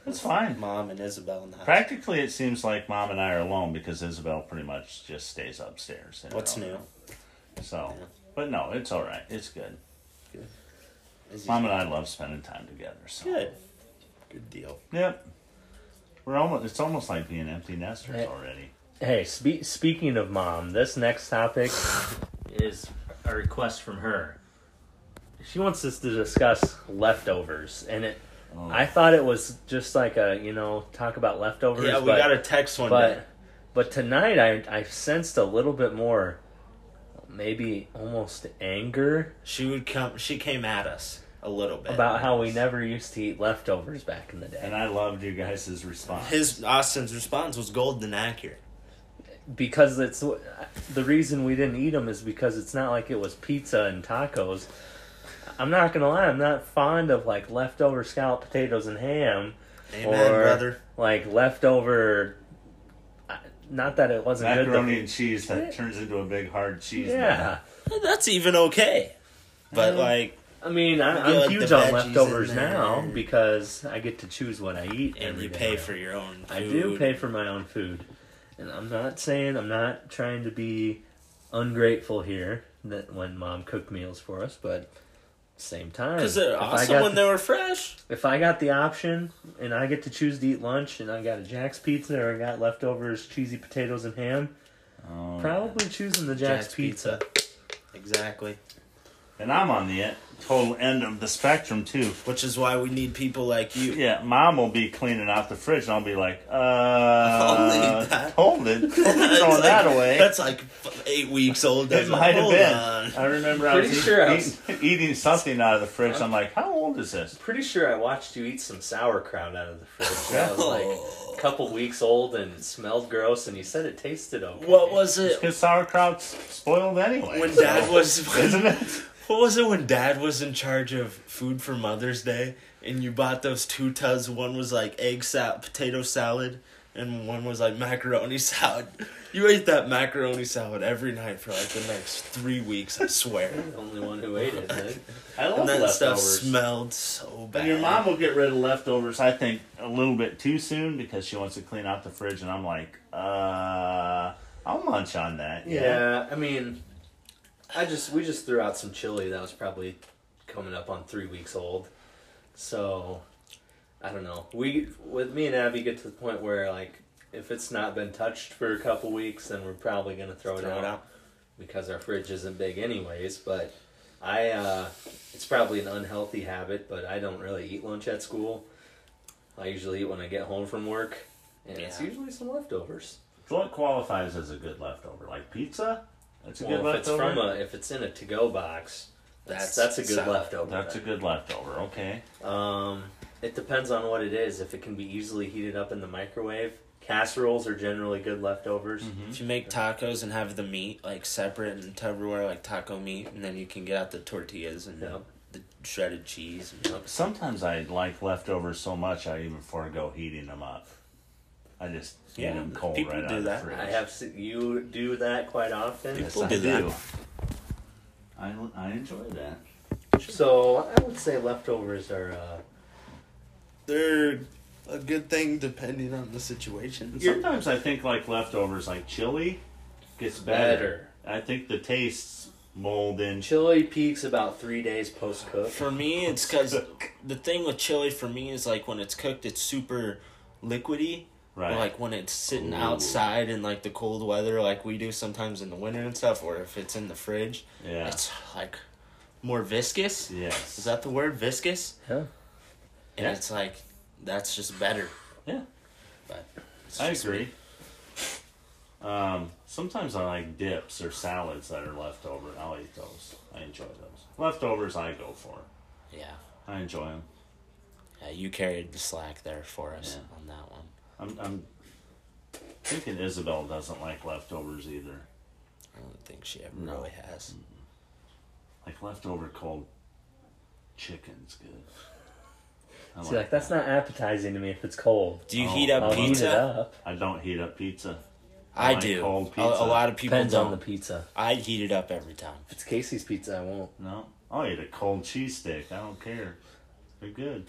C: it's fine.
A: Mom and Isabel in the house.
C: Practically, it seems like mom and I are alone because Isabel pretty much just stays upstairs. in her
A: What's
C: own
A: new?
C: room. So,
A: Yeah.
C: but no, it's all right. It's good.
A: Is he-
C: Mom and I love spending time together. So.
A: Good. Good deal.
C: Yep. We're almost. It's almost like being empty nesters
B: Right.
C: already.
B: Hey, spe- speaking of mom, this next topic is a request from her. She wants us to discuss leftovers, and it.
C: Oh.
B: I thought it was just like a you know talk about leftovers.
A: Yeah, we
B: but,
A: got a text one day.
B: But but tonight I I sensed a little bit more, maybe almost anger
A: She would come. She came at us a little bit
B: about how we never used to eat leftovers back in the day
C: And I loved you guys' response.
A: His Austin's response was golden accurate.
B: because it's the reason we didn't eat them is because it's not like it was pizza and tacos. I'm not gonna lie, I'm not fond of like leftover scalloped potatoes and ham,
A: Amen,
B: or
A: brother.
B: like leftover. I- Not that it wasn't
C: Macaroni
B: good.
C: and cheese that turns into a big hard
B: but-
C: cheese.
B: yeah,
C: man.
A: That's even okay. But like,
B: I mean, I,
A: You
B: I'm
A: get, like,
B: huge
A: the veggies
B: on
A: in
B: leftovers
A: there.
B: now because I get to choose what I eat,
A: and
B: every
A: you
B: day
A: pay
B: now.
A: for your own. Food.
B: I do pay for my own food. And I'm not saying I'm not trying to be ungrateful here that when mom cooked meals for us, but same time.
A: because they're
B: if I
A: awesome
B: got
A: when
B: the,
A: they were fresh.
B: if I got the option and I get to choose to eat lunch and I got a Jack's pizza or I got leftovers cheesy potatoes and ham,
C: Oh.
B: probably choosing the Jack's, pizza.
A: Exactly.
C: And I'm on the e- total end of the spectrum too.
A: Which is why we need people like you.
C: Yeah, mom will be cleaning out the fridge, and I'll be like, "Uh,
A: leave that.
C: hold it, hold it,
A: That's
C: throwing
A: like-
C: that away."
A: That's like f- eight weeks old.
C: It
A: That's like,
C: might have
A: hold
C: been.
A: on.
C: I remember I was,
B: Pretty
C: eat-
B: sure I
C: eat- eating something out of the fridge. I'm like, "How old is this?"
B: Pretty sure I watched you eat some sauerkraut out of the fridge. That was
A: Oh.
B: like a couple weeks old and it smelled gross and you said it tasted okay.
A: What was it
C: Because sauerkraut's spoiled anyway.
A: when
C: so-
A: Dad was?
C: isn't it?
A: What was it when Dad was in charge of food for Mother's Day and you bought those two tubs? One was like egg salad, potato salad, and one was like macaroni salad. You ate that macaroni salad every night for like the next three weeks, I swear.
B: The only one who ate it. Right?
C: I love
A: And that stuff
C: leftovers.
A: smelled so bad.
C: And your mom will get rid of leftovers, I think, a little bit too soon because she wants to clean out the fridge, and I'm like, uh, I'll munch on that. you know?
B: Yeah, I mean, I just we just threw out some chili that was probably coming up on three weeks old. So I don't know. We with me and Abby get to the point where like if it's not been touched for a couple weeks, then we're probably gonna throw it,
A: Throw
B: out,
A: it out.
B: because our fridge isn't big anyways. But I uh, it's probably an unhealthy habit, but I don't really eat lunch at school. I usually eat when I get home from work, and it's
A: Yeah.
B: usually some leftovers.
C: So what qualifies as a good leftover? Like pizza? That's a
B: Well,
C: good
B: if it's
C: leftover.
B: from a, if it's in a to-go box, that's
A: That's
B: that's, a good
A: solid.
B: leftover.
C: That's a good leftover. Okay.
B: Um, it depends on what it is. If it can be easily heated up in the microwave, casseroles are generally good leftovers.
A: If you make tacos and have the meat like separate in Tupperware, like taco meat, and then you can get out the tortillas and
B: Yep.
A: the shredded cheese. And,
C: Sometimes I like leftovers so much I even forego heating them up. I just eat
A: Yeah,
C: them cold
A: people
C: right
A: do
C: out of
A: that.
C: the fridge.
B: I have se- you do that quite often.
C: Yes,
A: People
C: I
A: do that.
C: do. I, I enjoy that.
B: So I would say leftovers are. Uh,
A: They're a good thing depending on the situation.
C: Sometimes I think like leftovers, like chili, gets better. I think the tastes mold in.
B: chili peaks about three days post cook.
A: For me, it's because the thing with chili for me is like when it's cooked, it's super liquidy. Or
C: Right.
A: like when it's sitting
C: Ooh.
A: outside in like the cold weather, like we do sometimes in the winter and stuff, or if it's in the fridge,
C: yeah.
A: it's like more viscous.
C: yes.
A: Is that the word viscous?
B: Yeah.
A: And
C: Yeah.
A: it's like that's just better.
C: Yeah.
A: But it's
C: I
A: just
C: agree. Um, sometimes I like dips or salads that are left over. and I'll eat those. I enjoy those. Leftovers, I go for.
A: me. Yeah.
C: I enjoy them.
A: Yeah, you carried the slack there for us
C: Yeah.
A: on that one.
C: I'm, I'm thinking Isabel doesn't like leftovers either.
A: I don't think she ever
C: No.
A: really has.
C: Like leftover cold chicken's good. I
B: She's like, that's
C: that.
B: not appetizing to me if it's cold.
A: Do you
C: Oh,
A: heat up
B: I'll heat
A: pizza?
B: it up.
C: I don't heat up pizza.
A: I
C: like
A: do.
C: cold
A: A, a
C: pizza.
A: lot of people
B: Depends on
A: don't.
B: the pizza.
A: I heat it up every time.
B: If it's Casey's pizza, I won't.
C: No, I'll eat a cold cheesesteak. I don't care. They're good.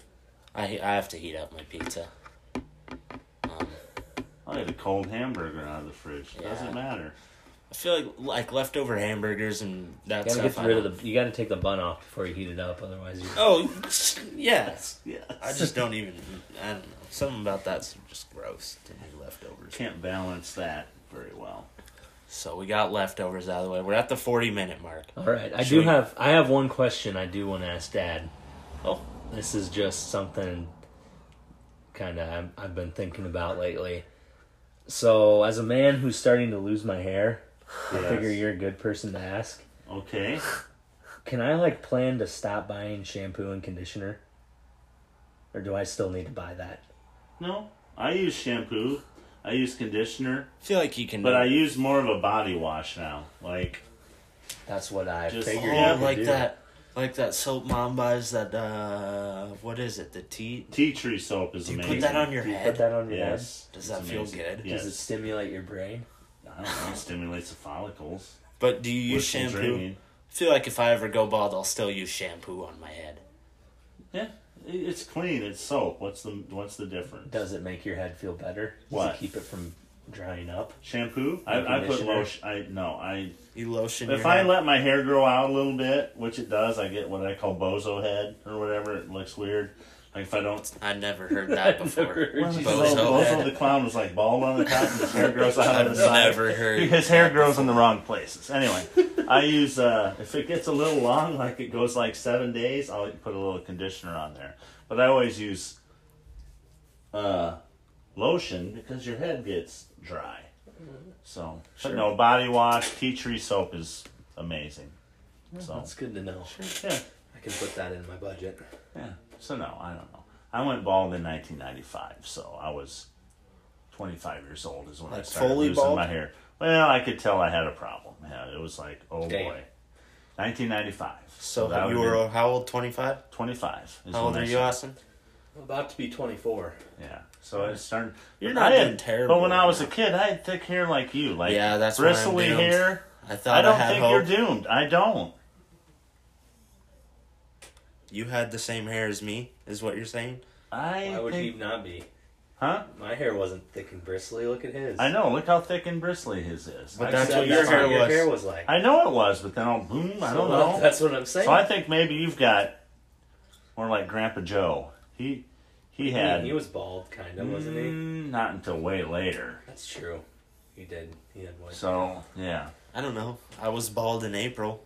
A: I he- I have to heat up my pizza. Um,
C: I'll eat a cold hamburger out of the fridge.
A: Yeah.
C: Doesn't matter.
A: I feel like like leftover hamburgers and that
B: You gotta
A: stuff.
B: get
A: I
B: rid
A: don't-
B: of the. You gotta take the bun off before you heat it up, otherwise you.
A: Oh, yes.
C: Yes.
A: I just don't even. I don't know. Something about that's just gross to me. Leftovers.
C: can't balance that very well.
A: So we got leftovers out of the way. We're at the forty minute mark.
B: All right, I
A: Should
B: do
A: we-
B: have. I have one question I do want to ask Dad.
A: Oh,
B: This is just something kind of I've been thinking about lately. So, as a man who's starting to lose my hair, I
C: Yes.
B: figure you're a good person to ask.
C: Okay.
B: Can I like plan to stop buying shampoo and conditioner? Or do I still need to buy that?
C: No, I use shampoo. I use conditioner,
A: I feel like you can.
C: but I use more of a body wash now. Like
B: That's what I
C: Just-
B: figured. you
C: Oh,
A: yeah,
B: would
A: like
B: do.
A: that, like that soap mom buys. That uh, what is it? The tea.
C: tea tree soap is
A: Do you
C: amazing.
A: put that on your
B: Do you
A: head?
B: put that on your
C: Yes.
A: Does
C: it's
A: that feel
C: amazing.
A: good?
B: head?
C: Yes.
B: Does it stimulate your brain?
C: I don't know. It stimulates the follicles.
A: But do you use
C: Whistle
A: shampoo?
C: draining.
A: I feel like if I ever go bald, I'll still use shampoo on my head.
C: Yeah, it- it's clean. It's soap. What's the What's the difference?
B: Does it make your head feel better? Does
C: What?
B: it keep it from drying up?
C: shampoo? I, I put
B: Conditioner.
C: lotion. I no. I
A: You lotion
C: if
A: your
C: I
A: head.
C: let my hair grow out a little bit, which it does, I get what I call bozo head or whatever. It looks weird. Like if I don't
A: I never heard that before.
B: never heard
C: Bozo,
B: you
A: Bozo head.
C: the clown was like bald on the top and his hair grows out on the
A: I've
C: side.
A: never heard
C: His hair grows in the wrong places. Anyway, I use uh, if it gets a little long, like it goes like seven days, I'll put a little conditioner on there. But I always use uh, lotion because your head gets dry. So, but no body wash, tea tree soap is amazing. So
B: That's good to know.
C: yeah,
B: I can put that in my budget.
C: yeah. So no, I don't know. I went bald in 1995, so I was 25 years old is when I
A: Like
C: started
A: fully
C: losing
A: bald?
C: my hair. Well, I could tell I had a problem. Yeah, it was like, oh
B: Damn.
C: boy, 1995.
A: So
C: that
A: you
C: would've
A: were
C: been
A: how old? Twenty five.
C: 25. Is
A: How old
C: when
A: are
C: I
A: you,
C: started-
A: Austin?
B: I'm about to be 24.
C: Yeah. So I started.
A: You're not
C: I
A: doing
C: had-
A: terrible
C: But when I
A: right
C: was a
A: now.
C: kid, I had thick hair like you, like
A: Yeah, that's where I'm
C: bristly
A: doomed.
C: hair.
A: I thought
C: I
A: I,
C: don't
A: had
C: think
A: hope.
C: you're doomed. I don't.
A: you had the same hair as me, is what you're saying?
C: I
B: Why would
C: think,
B: he not be?
C: huh?
B: My hair wasn't thick and bristly. Look at his.
C: I know. Look how thick and bristly his is.
A: But
C: I
A: that's
C: said
A: what your hair was.
B: like.
C: I know it was, but then I'll boom. I don't know.
B: That's what I'm saying.
C: So I think maybe you've got more like Grandpa Joe. He he
B: I
C: had
B: mean, he was bald, kind of, wasn't he?
C: Mm, not until way later.
B: That's true. He did. He had one.
C: So yeah,
A: I don't know. I was bald in April.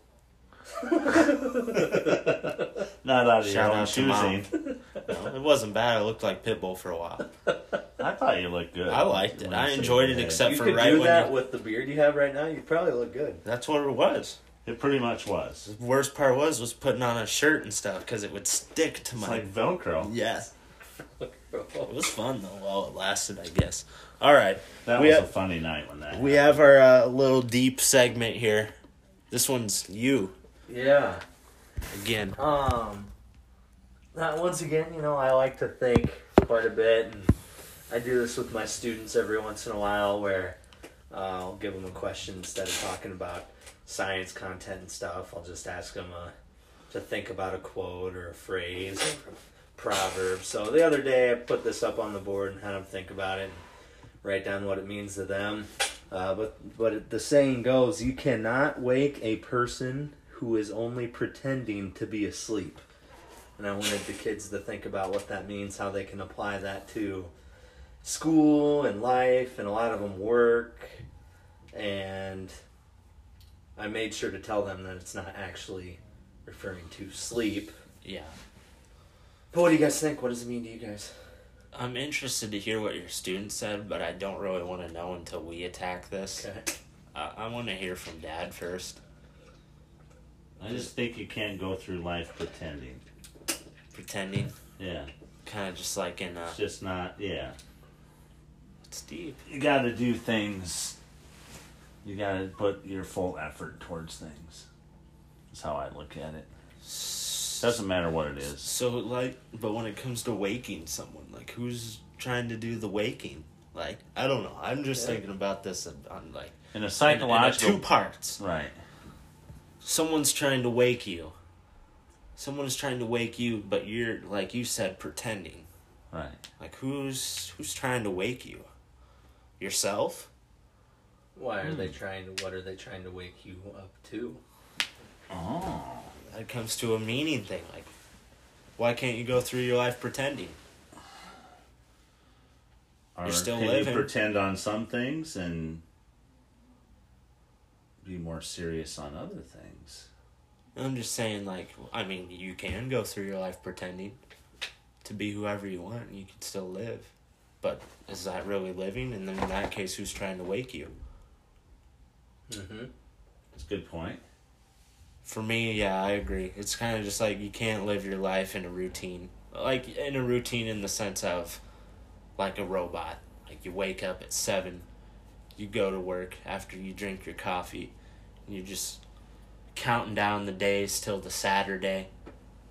C: not out of
A: Shout
C: your own
A: out to Mom.
C: choosing.
A: No, it wasn't bad. I looked like Pitbull for a while.
C: I thought you looked good.
A: I liked it.
C: When you
A: I
C: said
A: enjoyed
C: you
A: it,
C: did.
A: except
B: you
A: for
B: could
A: right
B: do
A: when.
B: that
A: you-
B: with the beard you have right now. You'd probably look good.
A: that's what it was.
C: it pretty much was. It's
A: The worst part was was putting on a shirt and stuff because it would stick to my.
C: like Velcro.
A: yeah, it was fun though while it lasted. I guess. All right.
C: That
A: We
C: was
A: have-
C: a funny night when that.
A: We
C: happened.
A: have our uh, little deep segment here. This one's you
B: yeah.
A: again.
B: Um. Now, once again, you know, I like to think quite a bit, and I do this with my students every once in a while, where uh, I'll give them a question instead of talking about science content and stuff. I'll just ask them uh, to think about a quote or a phrase, or a proverb. So the other day, I put this up on the board and had them think about it, and write down what it means to them. Uh, but but it- the saying goes, you cannot wake a person who is only pretending to be asleep. And I wanted the kids to think about what that means, how they can apply that to school and life, and a lot of them work. And I made sure to tell them that it's not actually referring to sleep.
A: Yeah,
B: But what do you guys think? What does it mean to you guys?
A: I'm interested to hear what your students said, but I don't really want to know until we attack this.
B: Okay.
A: I, I want to hear from Dad first.
C: I just think you can't go through life pretending.
A: Pretending.
C: Yeah,
A: kind of just like in a
C: It's just not, yeah.
A: it's deep.
C: You gotta do things. You gotta put your full effort towards things. That's how I look at it. Doesn't matter what it is.
A: So like, but when it comes to waking someone, like who's trying to do the waking? Like I don't know. I'm just thinking about this on- on like
C: In a
A: in- in a
C: psychological.
A: two parts.
C: right.
A: Someone's trying to wake you. Someone's trying to wake you, but you're like you said, pretending.
C: Right.
A: Like who's who's trying to wake you? Yourself?
B: Why are they trying to? What are they trying to wake you up to?
C: Oh.
A: That comes to a meaning thing. Like, why can't you go through your life pretending?
C: Or
A: still
C: can
A: living.
C: You pretend on some things and be more serious on other things.
A: I'm just saying, like, I mean, you can go through your life pretending to be whoever you want, and you can still live. But is that really living? And then in that case, who's trying to wake you?
B: Mm-hmm.
C: That's a good point.
A: For me, yeah, I agree. It's kind of just like you can't live your life in a routine. Like, in a routine in the sense of, like, a robot. Like, you wake up at 7, you go to work after you drink your coffee, and you're just counting down the days till the Saturday,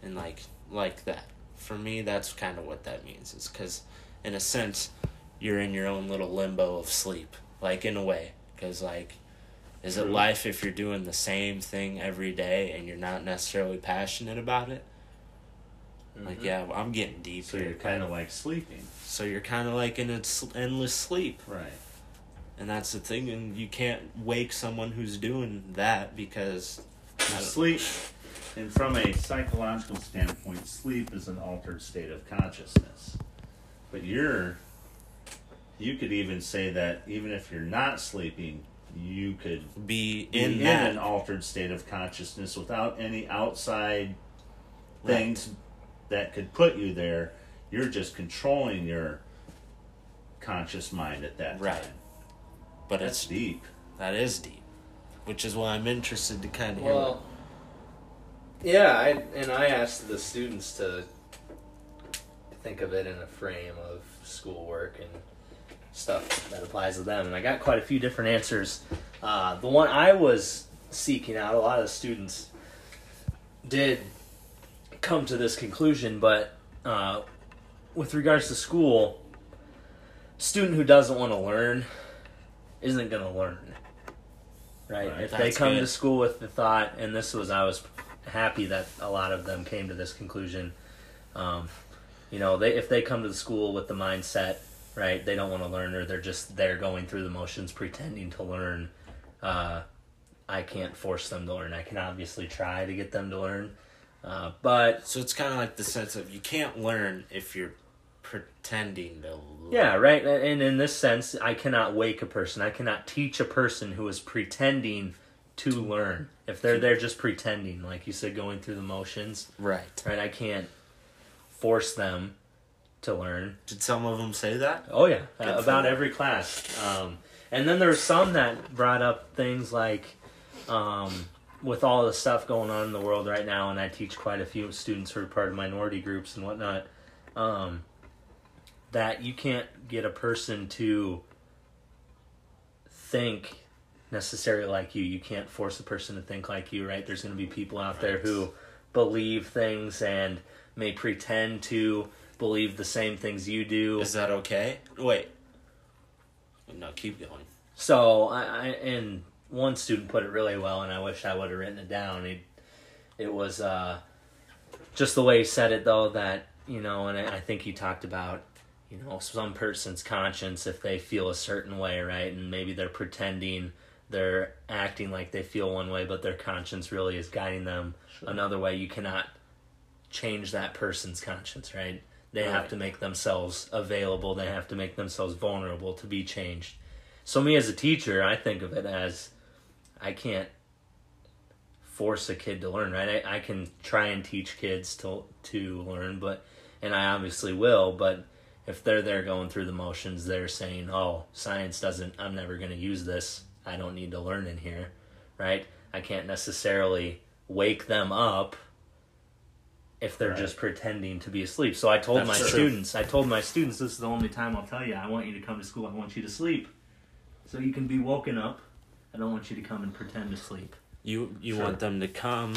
A: and like, like that. For me, that's kind of what that means. It's because, in a sense, you're in your own little limbo of sleep. Like, in a way. Because, like, is it life if you're doing the same thing every day and you're not necessarily passionate about it? Like, yeah, well, I'm getting deep
C: Mm-hmm. So
A: here.
C: you're kind of like sleeping.
A: so you're kind of like in an endless sleep.
C: Right.
A: And that's the thing. And you can't wake someone who's doing that because. I don't-
C: Sleep, and from a psychological standpoint, sleep is an altered state of consciousness. But you're, you could even say that even if you're not sleeping, you could
A: be
C: be
A: in
C: in
A: that.
C: an altered state of consciousness without any outside things that could put you there. You're just controlling your conscious mind at that
A: Right.
C: time.
A: but
C: That's
A: it's
C: deep.
A: that is deep, which is why I'm interested to kind of hear.
B: Well,
A: what-
B: yeah, I, and I asked the students to think of it in a frame of schoolwork and stuff that applies to them, and I got quite a few different answers. Uh, the one I was seeking out, a lot of the students did come to this conclusion, but uh, with regards to school, student who doesn't want to learn isn't going to learn. Right?
C: Right.
B: If they
A: That's
B: come
A: good.
B: to school with the thought, and this was, I was happy that a lot of them came to this conclusion. Um, you know, they if they come to the school with the mindset, right, they don't want to learn or they're just they're going through the motions pretending to learn. Uh, I can't force them to learn. I can obviously try to get them to learn, uh, but
A: so it's kind of like the sense of you can't learn if you're pretending to. learn.
B: Yeah, right. And in this sense, I cannot wake a person. I cannot teach a person who is pretending to learn. If they're there just pretending, like you said, going through the motions,
A: Right.
B: right? I can't force them to learn.
A: Did some of them say that?
B: Oh yeah, uh,
A: for
B: about
A: them.
B: every class. Um, and then there were some that brought up things like, um, with all the stuff going on in the world right now, and I teach quite a few students who are part of minority groups and whatnot, um, that you can't get a person to think necessarily like you. You can't force a person to think like you, right? There's going to be people out there who believe things and may pretend to believe the same things you do.
A: Is that okay? Wait. No, keep going.
B: So I, I and one student put it really well, and I wish I would have written it down. It it was uh, just the way he said it though that you know, and I, I think he talked about you know some person's conscience if they feel a certain way, right, and maybe they're pretending they're acting like they feel one way, but their conscience really is guiding them another way. You cannot change that person's conscience, right? They have
A: Right.
B: to make themselves available. They have to make themselves vulnerable to be changed. So me as a teacher, I think of it as I can't force a kid to learn, right? I, I can try and teach kids to to learn, but and I obviously will, but if they're there going through the motions, they're saying, "Oh, science doesn't. I'm never going to use this. I don't need to learn in here," right? I can't necessarily wake them up if they're just pretending to be asleep. So I told
A: That's
B: my
A: true.
B: students, I told my students, this is the only time I'll tell you. I want you to come to school. I want you to sleep, so you can be woken up. I don't want you to come and pretend to sleep.
A: You you
B: Sure.
A: want them to come,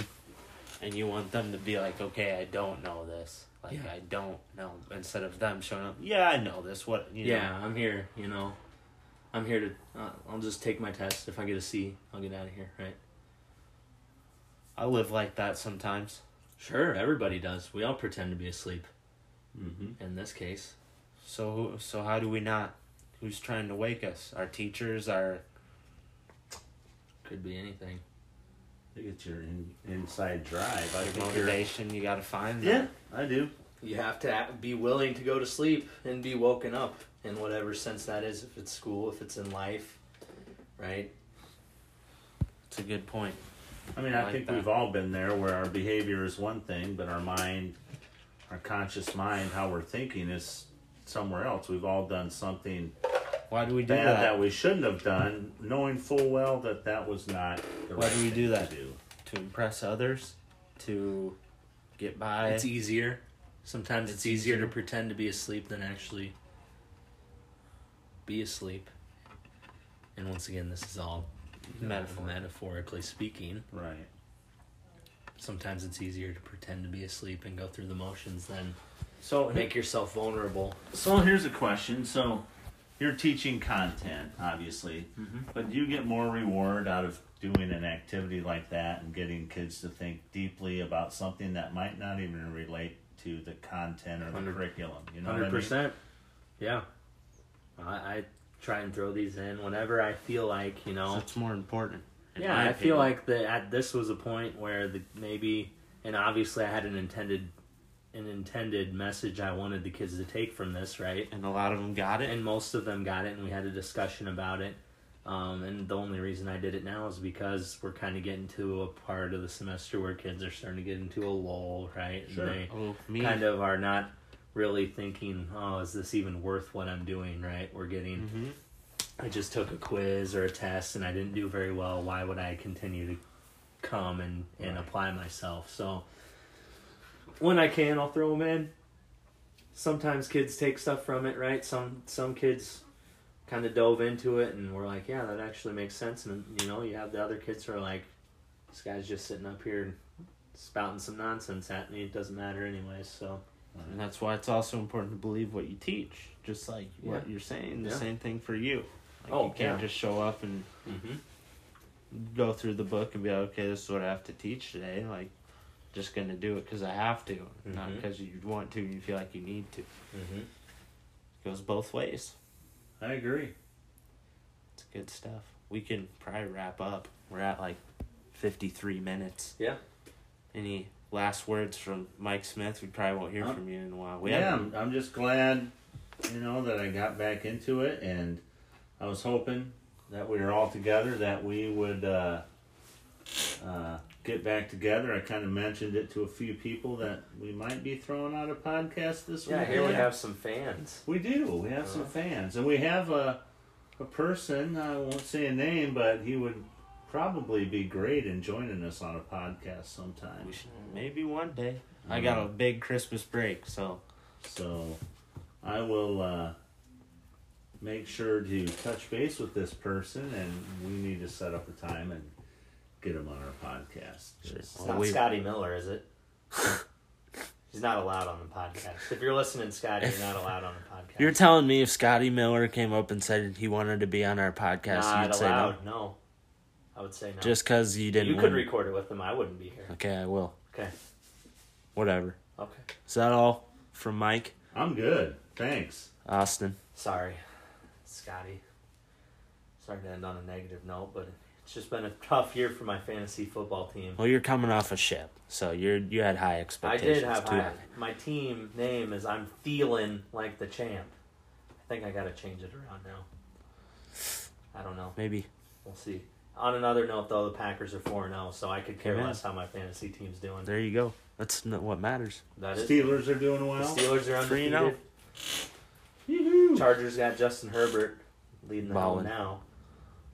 A: and you want them to be like, okay, I don't know this. Like
B: Yeah.
A: I don't know. Instead of them showing up, yeah, I know this. What you know.
B: Yeah, I'm here. You know, I'm here to. Uh, I'll just take my test. If I get a C, I'll get out of here. Right.
A: I live like that sometimes.
B: Sure, everybody does. We all pretend to be asleep.
C: Mm-hmm.
B: In this case,
A: So who- so how do we not? Who's trying to wake us? Our teachers, our
B: could be anything.
C: I think it's your in, inside drive. I think you're-
A: motivation. You got to find. that.
C: Yeah, I do.
B: You have to act- be willing to go to sleep and be woken up in whatever sense that is. If it's school, if it's in life, right?
A: it's a good point.
C: I mean,
A: I
C: I,
A: like
C: think
A: that.
C: we've all been there where our behavior is one thing, but our mind, our conscious mind, how we're thinking is somewhere else. We've all done something
A: Why do we do
C: bad
A: that?
C: that. we shouldn't have done, knowing full well that that was not the
A: Why
C: right
A: do we do
C: thing
A: that?
C: To do.
A: To impress others, to get by.
B: It's e- easier. Sometimes it's easier to pretend to be asleep than actually be asleep. And once again, this is all
A: Metaphor.
B: metaphorically speaking.
C: Right.
B: Sometimes it's easier to pretend to be asleep and go through the motions than
C: So
B: make yourself vulnerable.
C: So here's a question. So you're teaching content, obviously,
A: Mm-hmm.
C: but do you get more reward out of doing an activity like that and getting kids to think deeply about something that might not even relate to the content or the
B: 100
C: curriculum? You know
B: Hundred
C: what I mean?
B: percent. Yeah, I, I try and throw these in whenever I feel like you know.
A: That's more important. in
B: yeah,
A: my
B: I
A: opinion.
B: feel like that at this was a point where the maybe and obviously I had an intended an intended message I wanted the kids to take from this, right?
A: and a lot of them got it.
B: And most of them got it, and we had a discussion about it. Um, and the only reason I did it now is because we're kind of getting to a part of the semester where kids are starting to get into a lull, right? And
C: Sure.
B: they-
A: oh, me.
B: kind of are not really thinking, oh, is this even worth what I'm doing, right? We're getting, I just took a quiz or a test and I didn't do very well. Why would I continue to come and, and apply myself? So when I can, I'll throw them in. Sometimes kids take stuff from it, right? Some some kids kind of dove into it and were like, yeah, that actually makes sense. And you know, you have the other kids who are like, this guy's just sitting up here spouting some nonsense at me. It doesn't matter anyways. So
A: And that's why it's also important to believe what you teach, just like what
B: Yeah.
A: you're saying. The
B: Yeah.
A: same thing for you. Like
B: Oh,
A: you can't
B: yeah.
A: just show up and
B: Mhm.
A: go through the book and be like, okay, this is what I have to teach today. Like, just gonna do it because I have to, not
B: Mhm.
A: because you want to. and You feel like you need to. It goes both ways.
C: I agree.
A: It's good stuff. We can probably wrap up. We're at like fifty three minutes.
B: Yeah.
A: Any last words from Mike Smith? We probably won't hear
C: Um,
A: from you in a while. We
C: Yeah,
A: haven't-
C: I'm, I'm just glad, you know, that I got back into it, and I was hoping that we were all together, that we would uh, uh, get back together. I kind of mentioned it to a few people that we might be throwing out a podcast this
B: yeah,
C: week.
B: here we have Uh-huh. some fans.
C: We do. We have some fans, and we have a a person. I won't say a name, but he would probably be great in joining us on a podcast sometime.
A: We should maybe one day.
B: Mm-hmm.
A: I got a big Christmas break, so
C: So I will uh, make sure to touch base with this person, and we need to set up a time and get him on our podcast.
B: It's
A: Well,
B: not
A: we-
B: Scotty Miller, is it? He's not allowed on the podcast. If you're listening, Scotty, you're not allowed on the podcast.
A: you're telling me if Scotty Miller came up and said he wanted to be on our podcast,
B: not
A: you'd say no,
B: allowed. No. I would say no.
A: just because you didn't.
B: you could
A: win.
B: record it with them. I wouldn't be here.
A: okay, I will.
B: Okay.
A: Whatever.
B: Okay.
A: Is that all from Mike
C: I'm good. Thanks.
A: Austin?
B: Sorry, Scotty. Sorry to end on a negative note, but it's just been a tough year for my fantasy football team.
A: Well, you're coming off a ship, so you're you had high
B: I
A: expectations
B: did have
A: too.
B: high. My team name is I'm feeling like the champ. I think I gotta change it around now. I don't know.
A: Maybe
B: We'll see. On another note, though, the Packers are four zero, so I could care
A: Amen.
B: less how my fantasy team's doing.
A: there you go. That's not what matters.
B: That is.
C: Steelers are doing
B: The
C: well.
B: Steelers are
A: Three
B: undefeated.
A: and oh.
B: Chargers got Justin Herbert leading the
A: Ballin'.
B: hell now.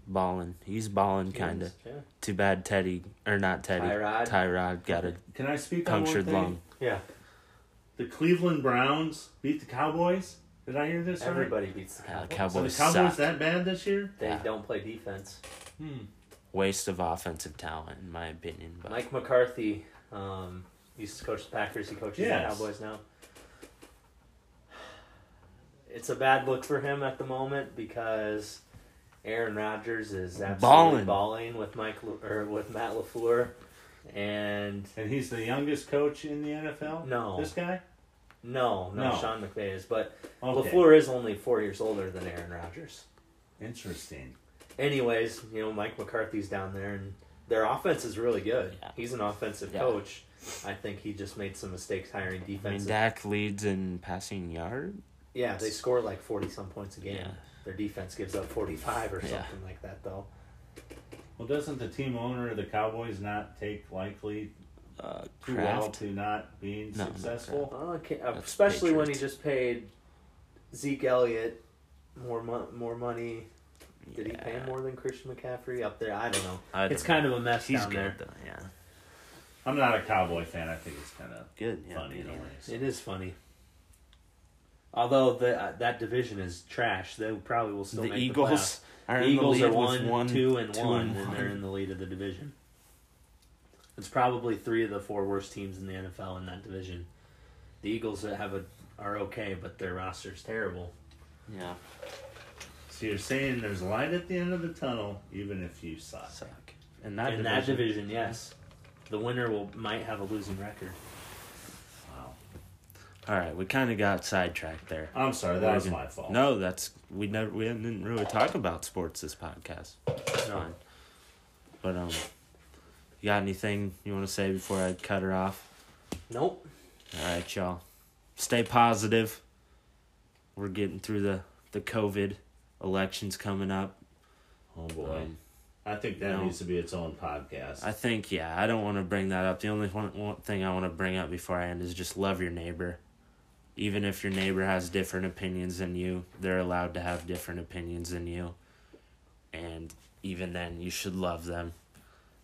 A: Balling. He's balling, kind of.
B: Yeah.
A: Too bad Teddy or not Teddy.
B: Tyrod.
A: Tyrod got a
C: Can I speak on one
A: punctured
C: thing?
A: lung.
B: Yeah.
C: The Cleveland Browns beat the Cowboys. Did I hear this? right?
B: Everybody beats the
A: God,
B: Cowboys.
A: the
C: Are the
A: Uh, Cowboys, suck.
C: Cowboys that bad this year?
B: They
A: Yeah.
B: don't play defense.
A: Waste of offensive talent, in my opinion. But
B: Mike McCarthy um, used to coach the Packers. He coaches the
C: Yes.
B: Cowboys now. It's a bad look for him at the moment because Aaron Rodgers is
A: Ballin'.
B: absolutely balling, with Mike Lu- or with Matt Lafleur, and
C: And he's the youngest coach in the NFL.
B: No.
C: this guy.
B: no, no,
C: No.
B: Sean McVay is, but
C: Okay.
B: Lafleur is only four years older than Aaron Rodgers.
C: Interesting.
B: Anyways, you know Mike McCarthy's down there, and their offense is really good.
A: Yeah.
B: He's an offensive
A: Yeah.
B: coach. I think he just made some mistakes hiring defensive.
A: I mean, Dak leads in passing yard.
B: Yeah, they score like forty some points a game.
A: Yeah.
B: Their defense gives up forty five or
A: Yeah.
B: something like that, though.
C: Well, doesn't the team owner of the Cowboys not take likely
A: Uh,
C: too well
A: Kraft.
C: to not being
A: No, not
C: successful?
B: Well, okay, especially when he
A: Patriots.
B: just paid Zeke Elliott more mo- more money. Did he pay
A: Yeah.
B: more than Christian McCaffrey up there? I don't know.
A: I don't
B: it's kind
A: know.
B: of a mess
A: He's
B: down
A: good
B: there.
A: though. Yeah,
C: I'm not a Cowboy fan. I think it's kind of
A: good. Yeah,
C: funny in a way.
B: It is funny. Although the, uh, that division is trash, they probably will still
A: the
B: make
A: Eagles
B: The
A: are
B: playoffs.
A: in
B: The Eagles
A: the
B: are
A: lead with
B: one, two, and
A: two
B: one,
A: and
B: and they're in the lead of the division. It's probably three of the four worst teams in the NFL in that division. The Eagles have a are okay, but their roster's terrible.
A: Yeah,
C: So you're saying there's light at the end of the tunnel, even if you suck.
A: suck. And that
B: in
A: division,
B: that division, yes, the winner will might have a losing record.
C: Wow.
A: All right, we kind of got sidetracked there.
C: I'm sorry. Uh, That was
A: Oregon.
C: my fault.
A: No, that's we never we didn't really talk about sports this podcast. It's
B: No.
A: fine. But um, you got anything you want to say before I cut her off?
B: Nope.
A: All right, y'all. Stay positive. We're getting through the the COVID elections coming up.
C: Oh boy.
A: Um,
C: I think that
A: no.
C: needs to be its own podcast.
A: I think yeah. I don't want to bring that up. The only one, one thing I want to bring up before I end is just love your neighbor. Even if your neighbor has different opinions than you, they're allowed to have different opinions than you. And even then, you should love them.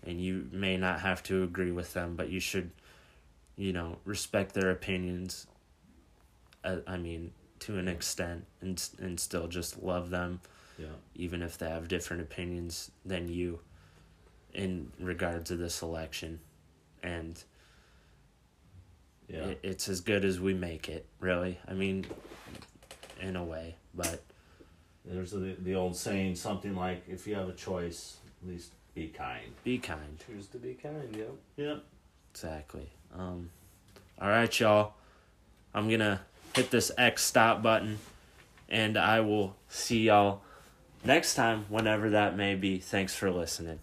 A: And you may not have to agree with them, but you should, you know, respect their opinions. I, I mean, to an extent, and s- and still just love them
C: yeah.
A: even if they have different opinions than you in regards to this election and
C: Yeah.
A: it, it's as good as we make it really i mean in a way but
C: There's the, the old saying something like, if you have a choice, at least be kind.
A: be kind
B: Choose to be kind. Yep.
C: Yep.
A: exactly um all right y'all i'm gonna hit this x stop button and i will see y'all next time whenever that may be thanks for listening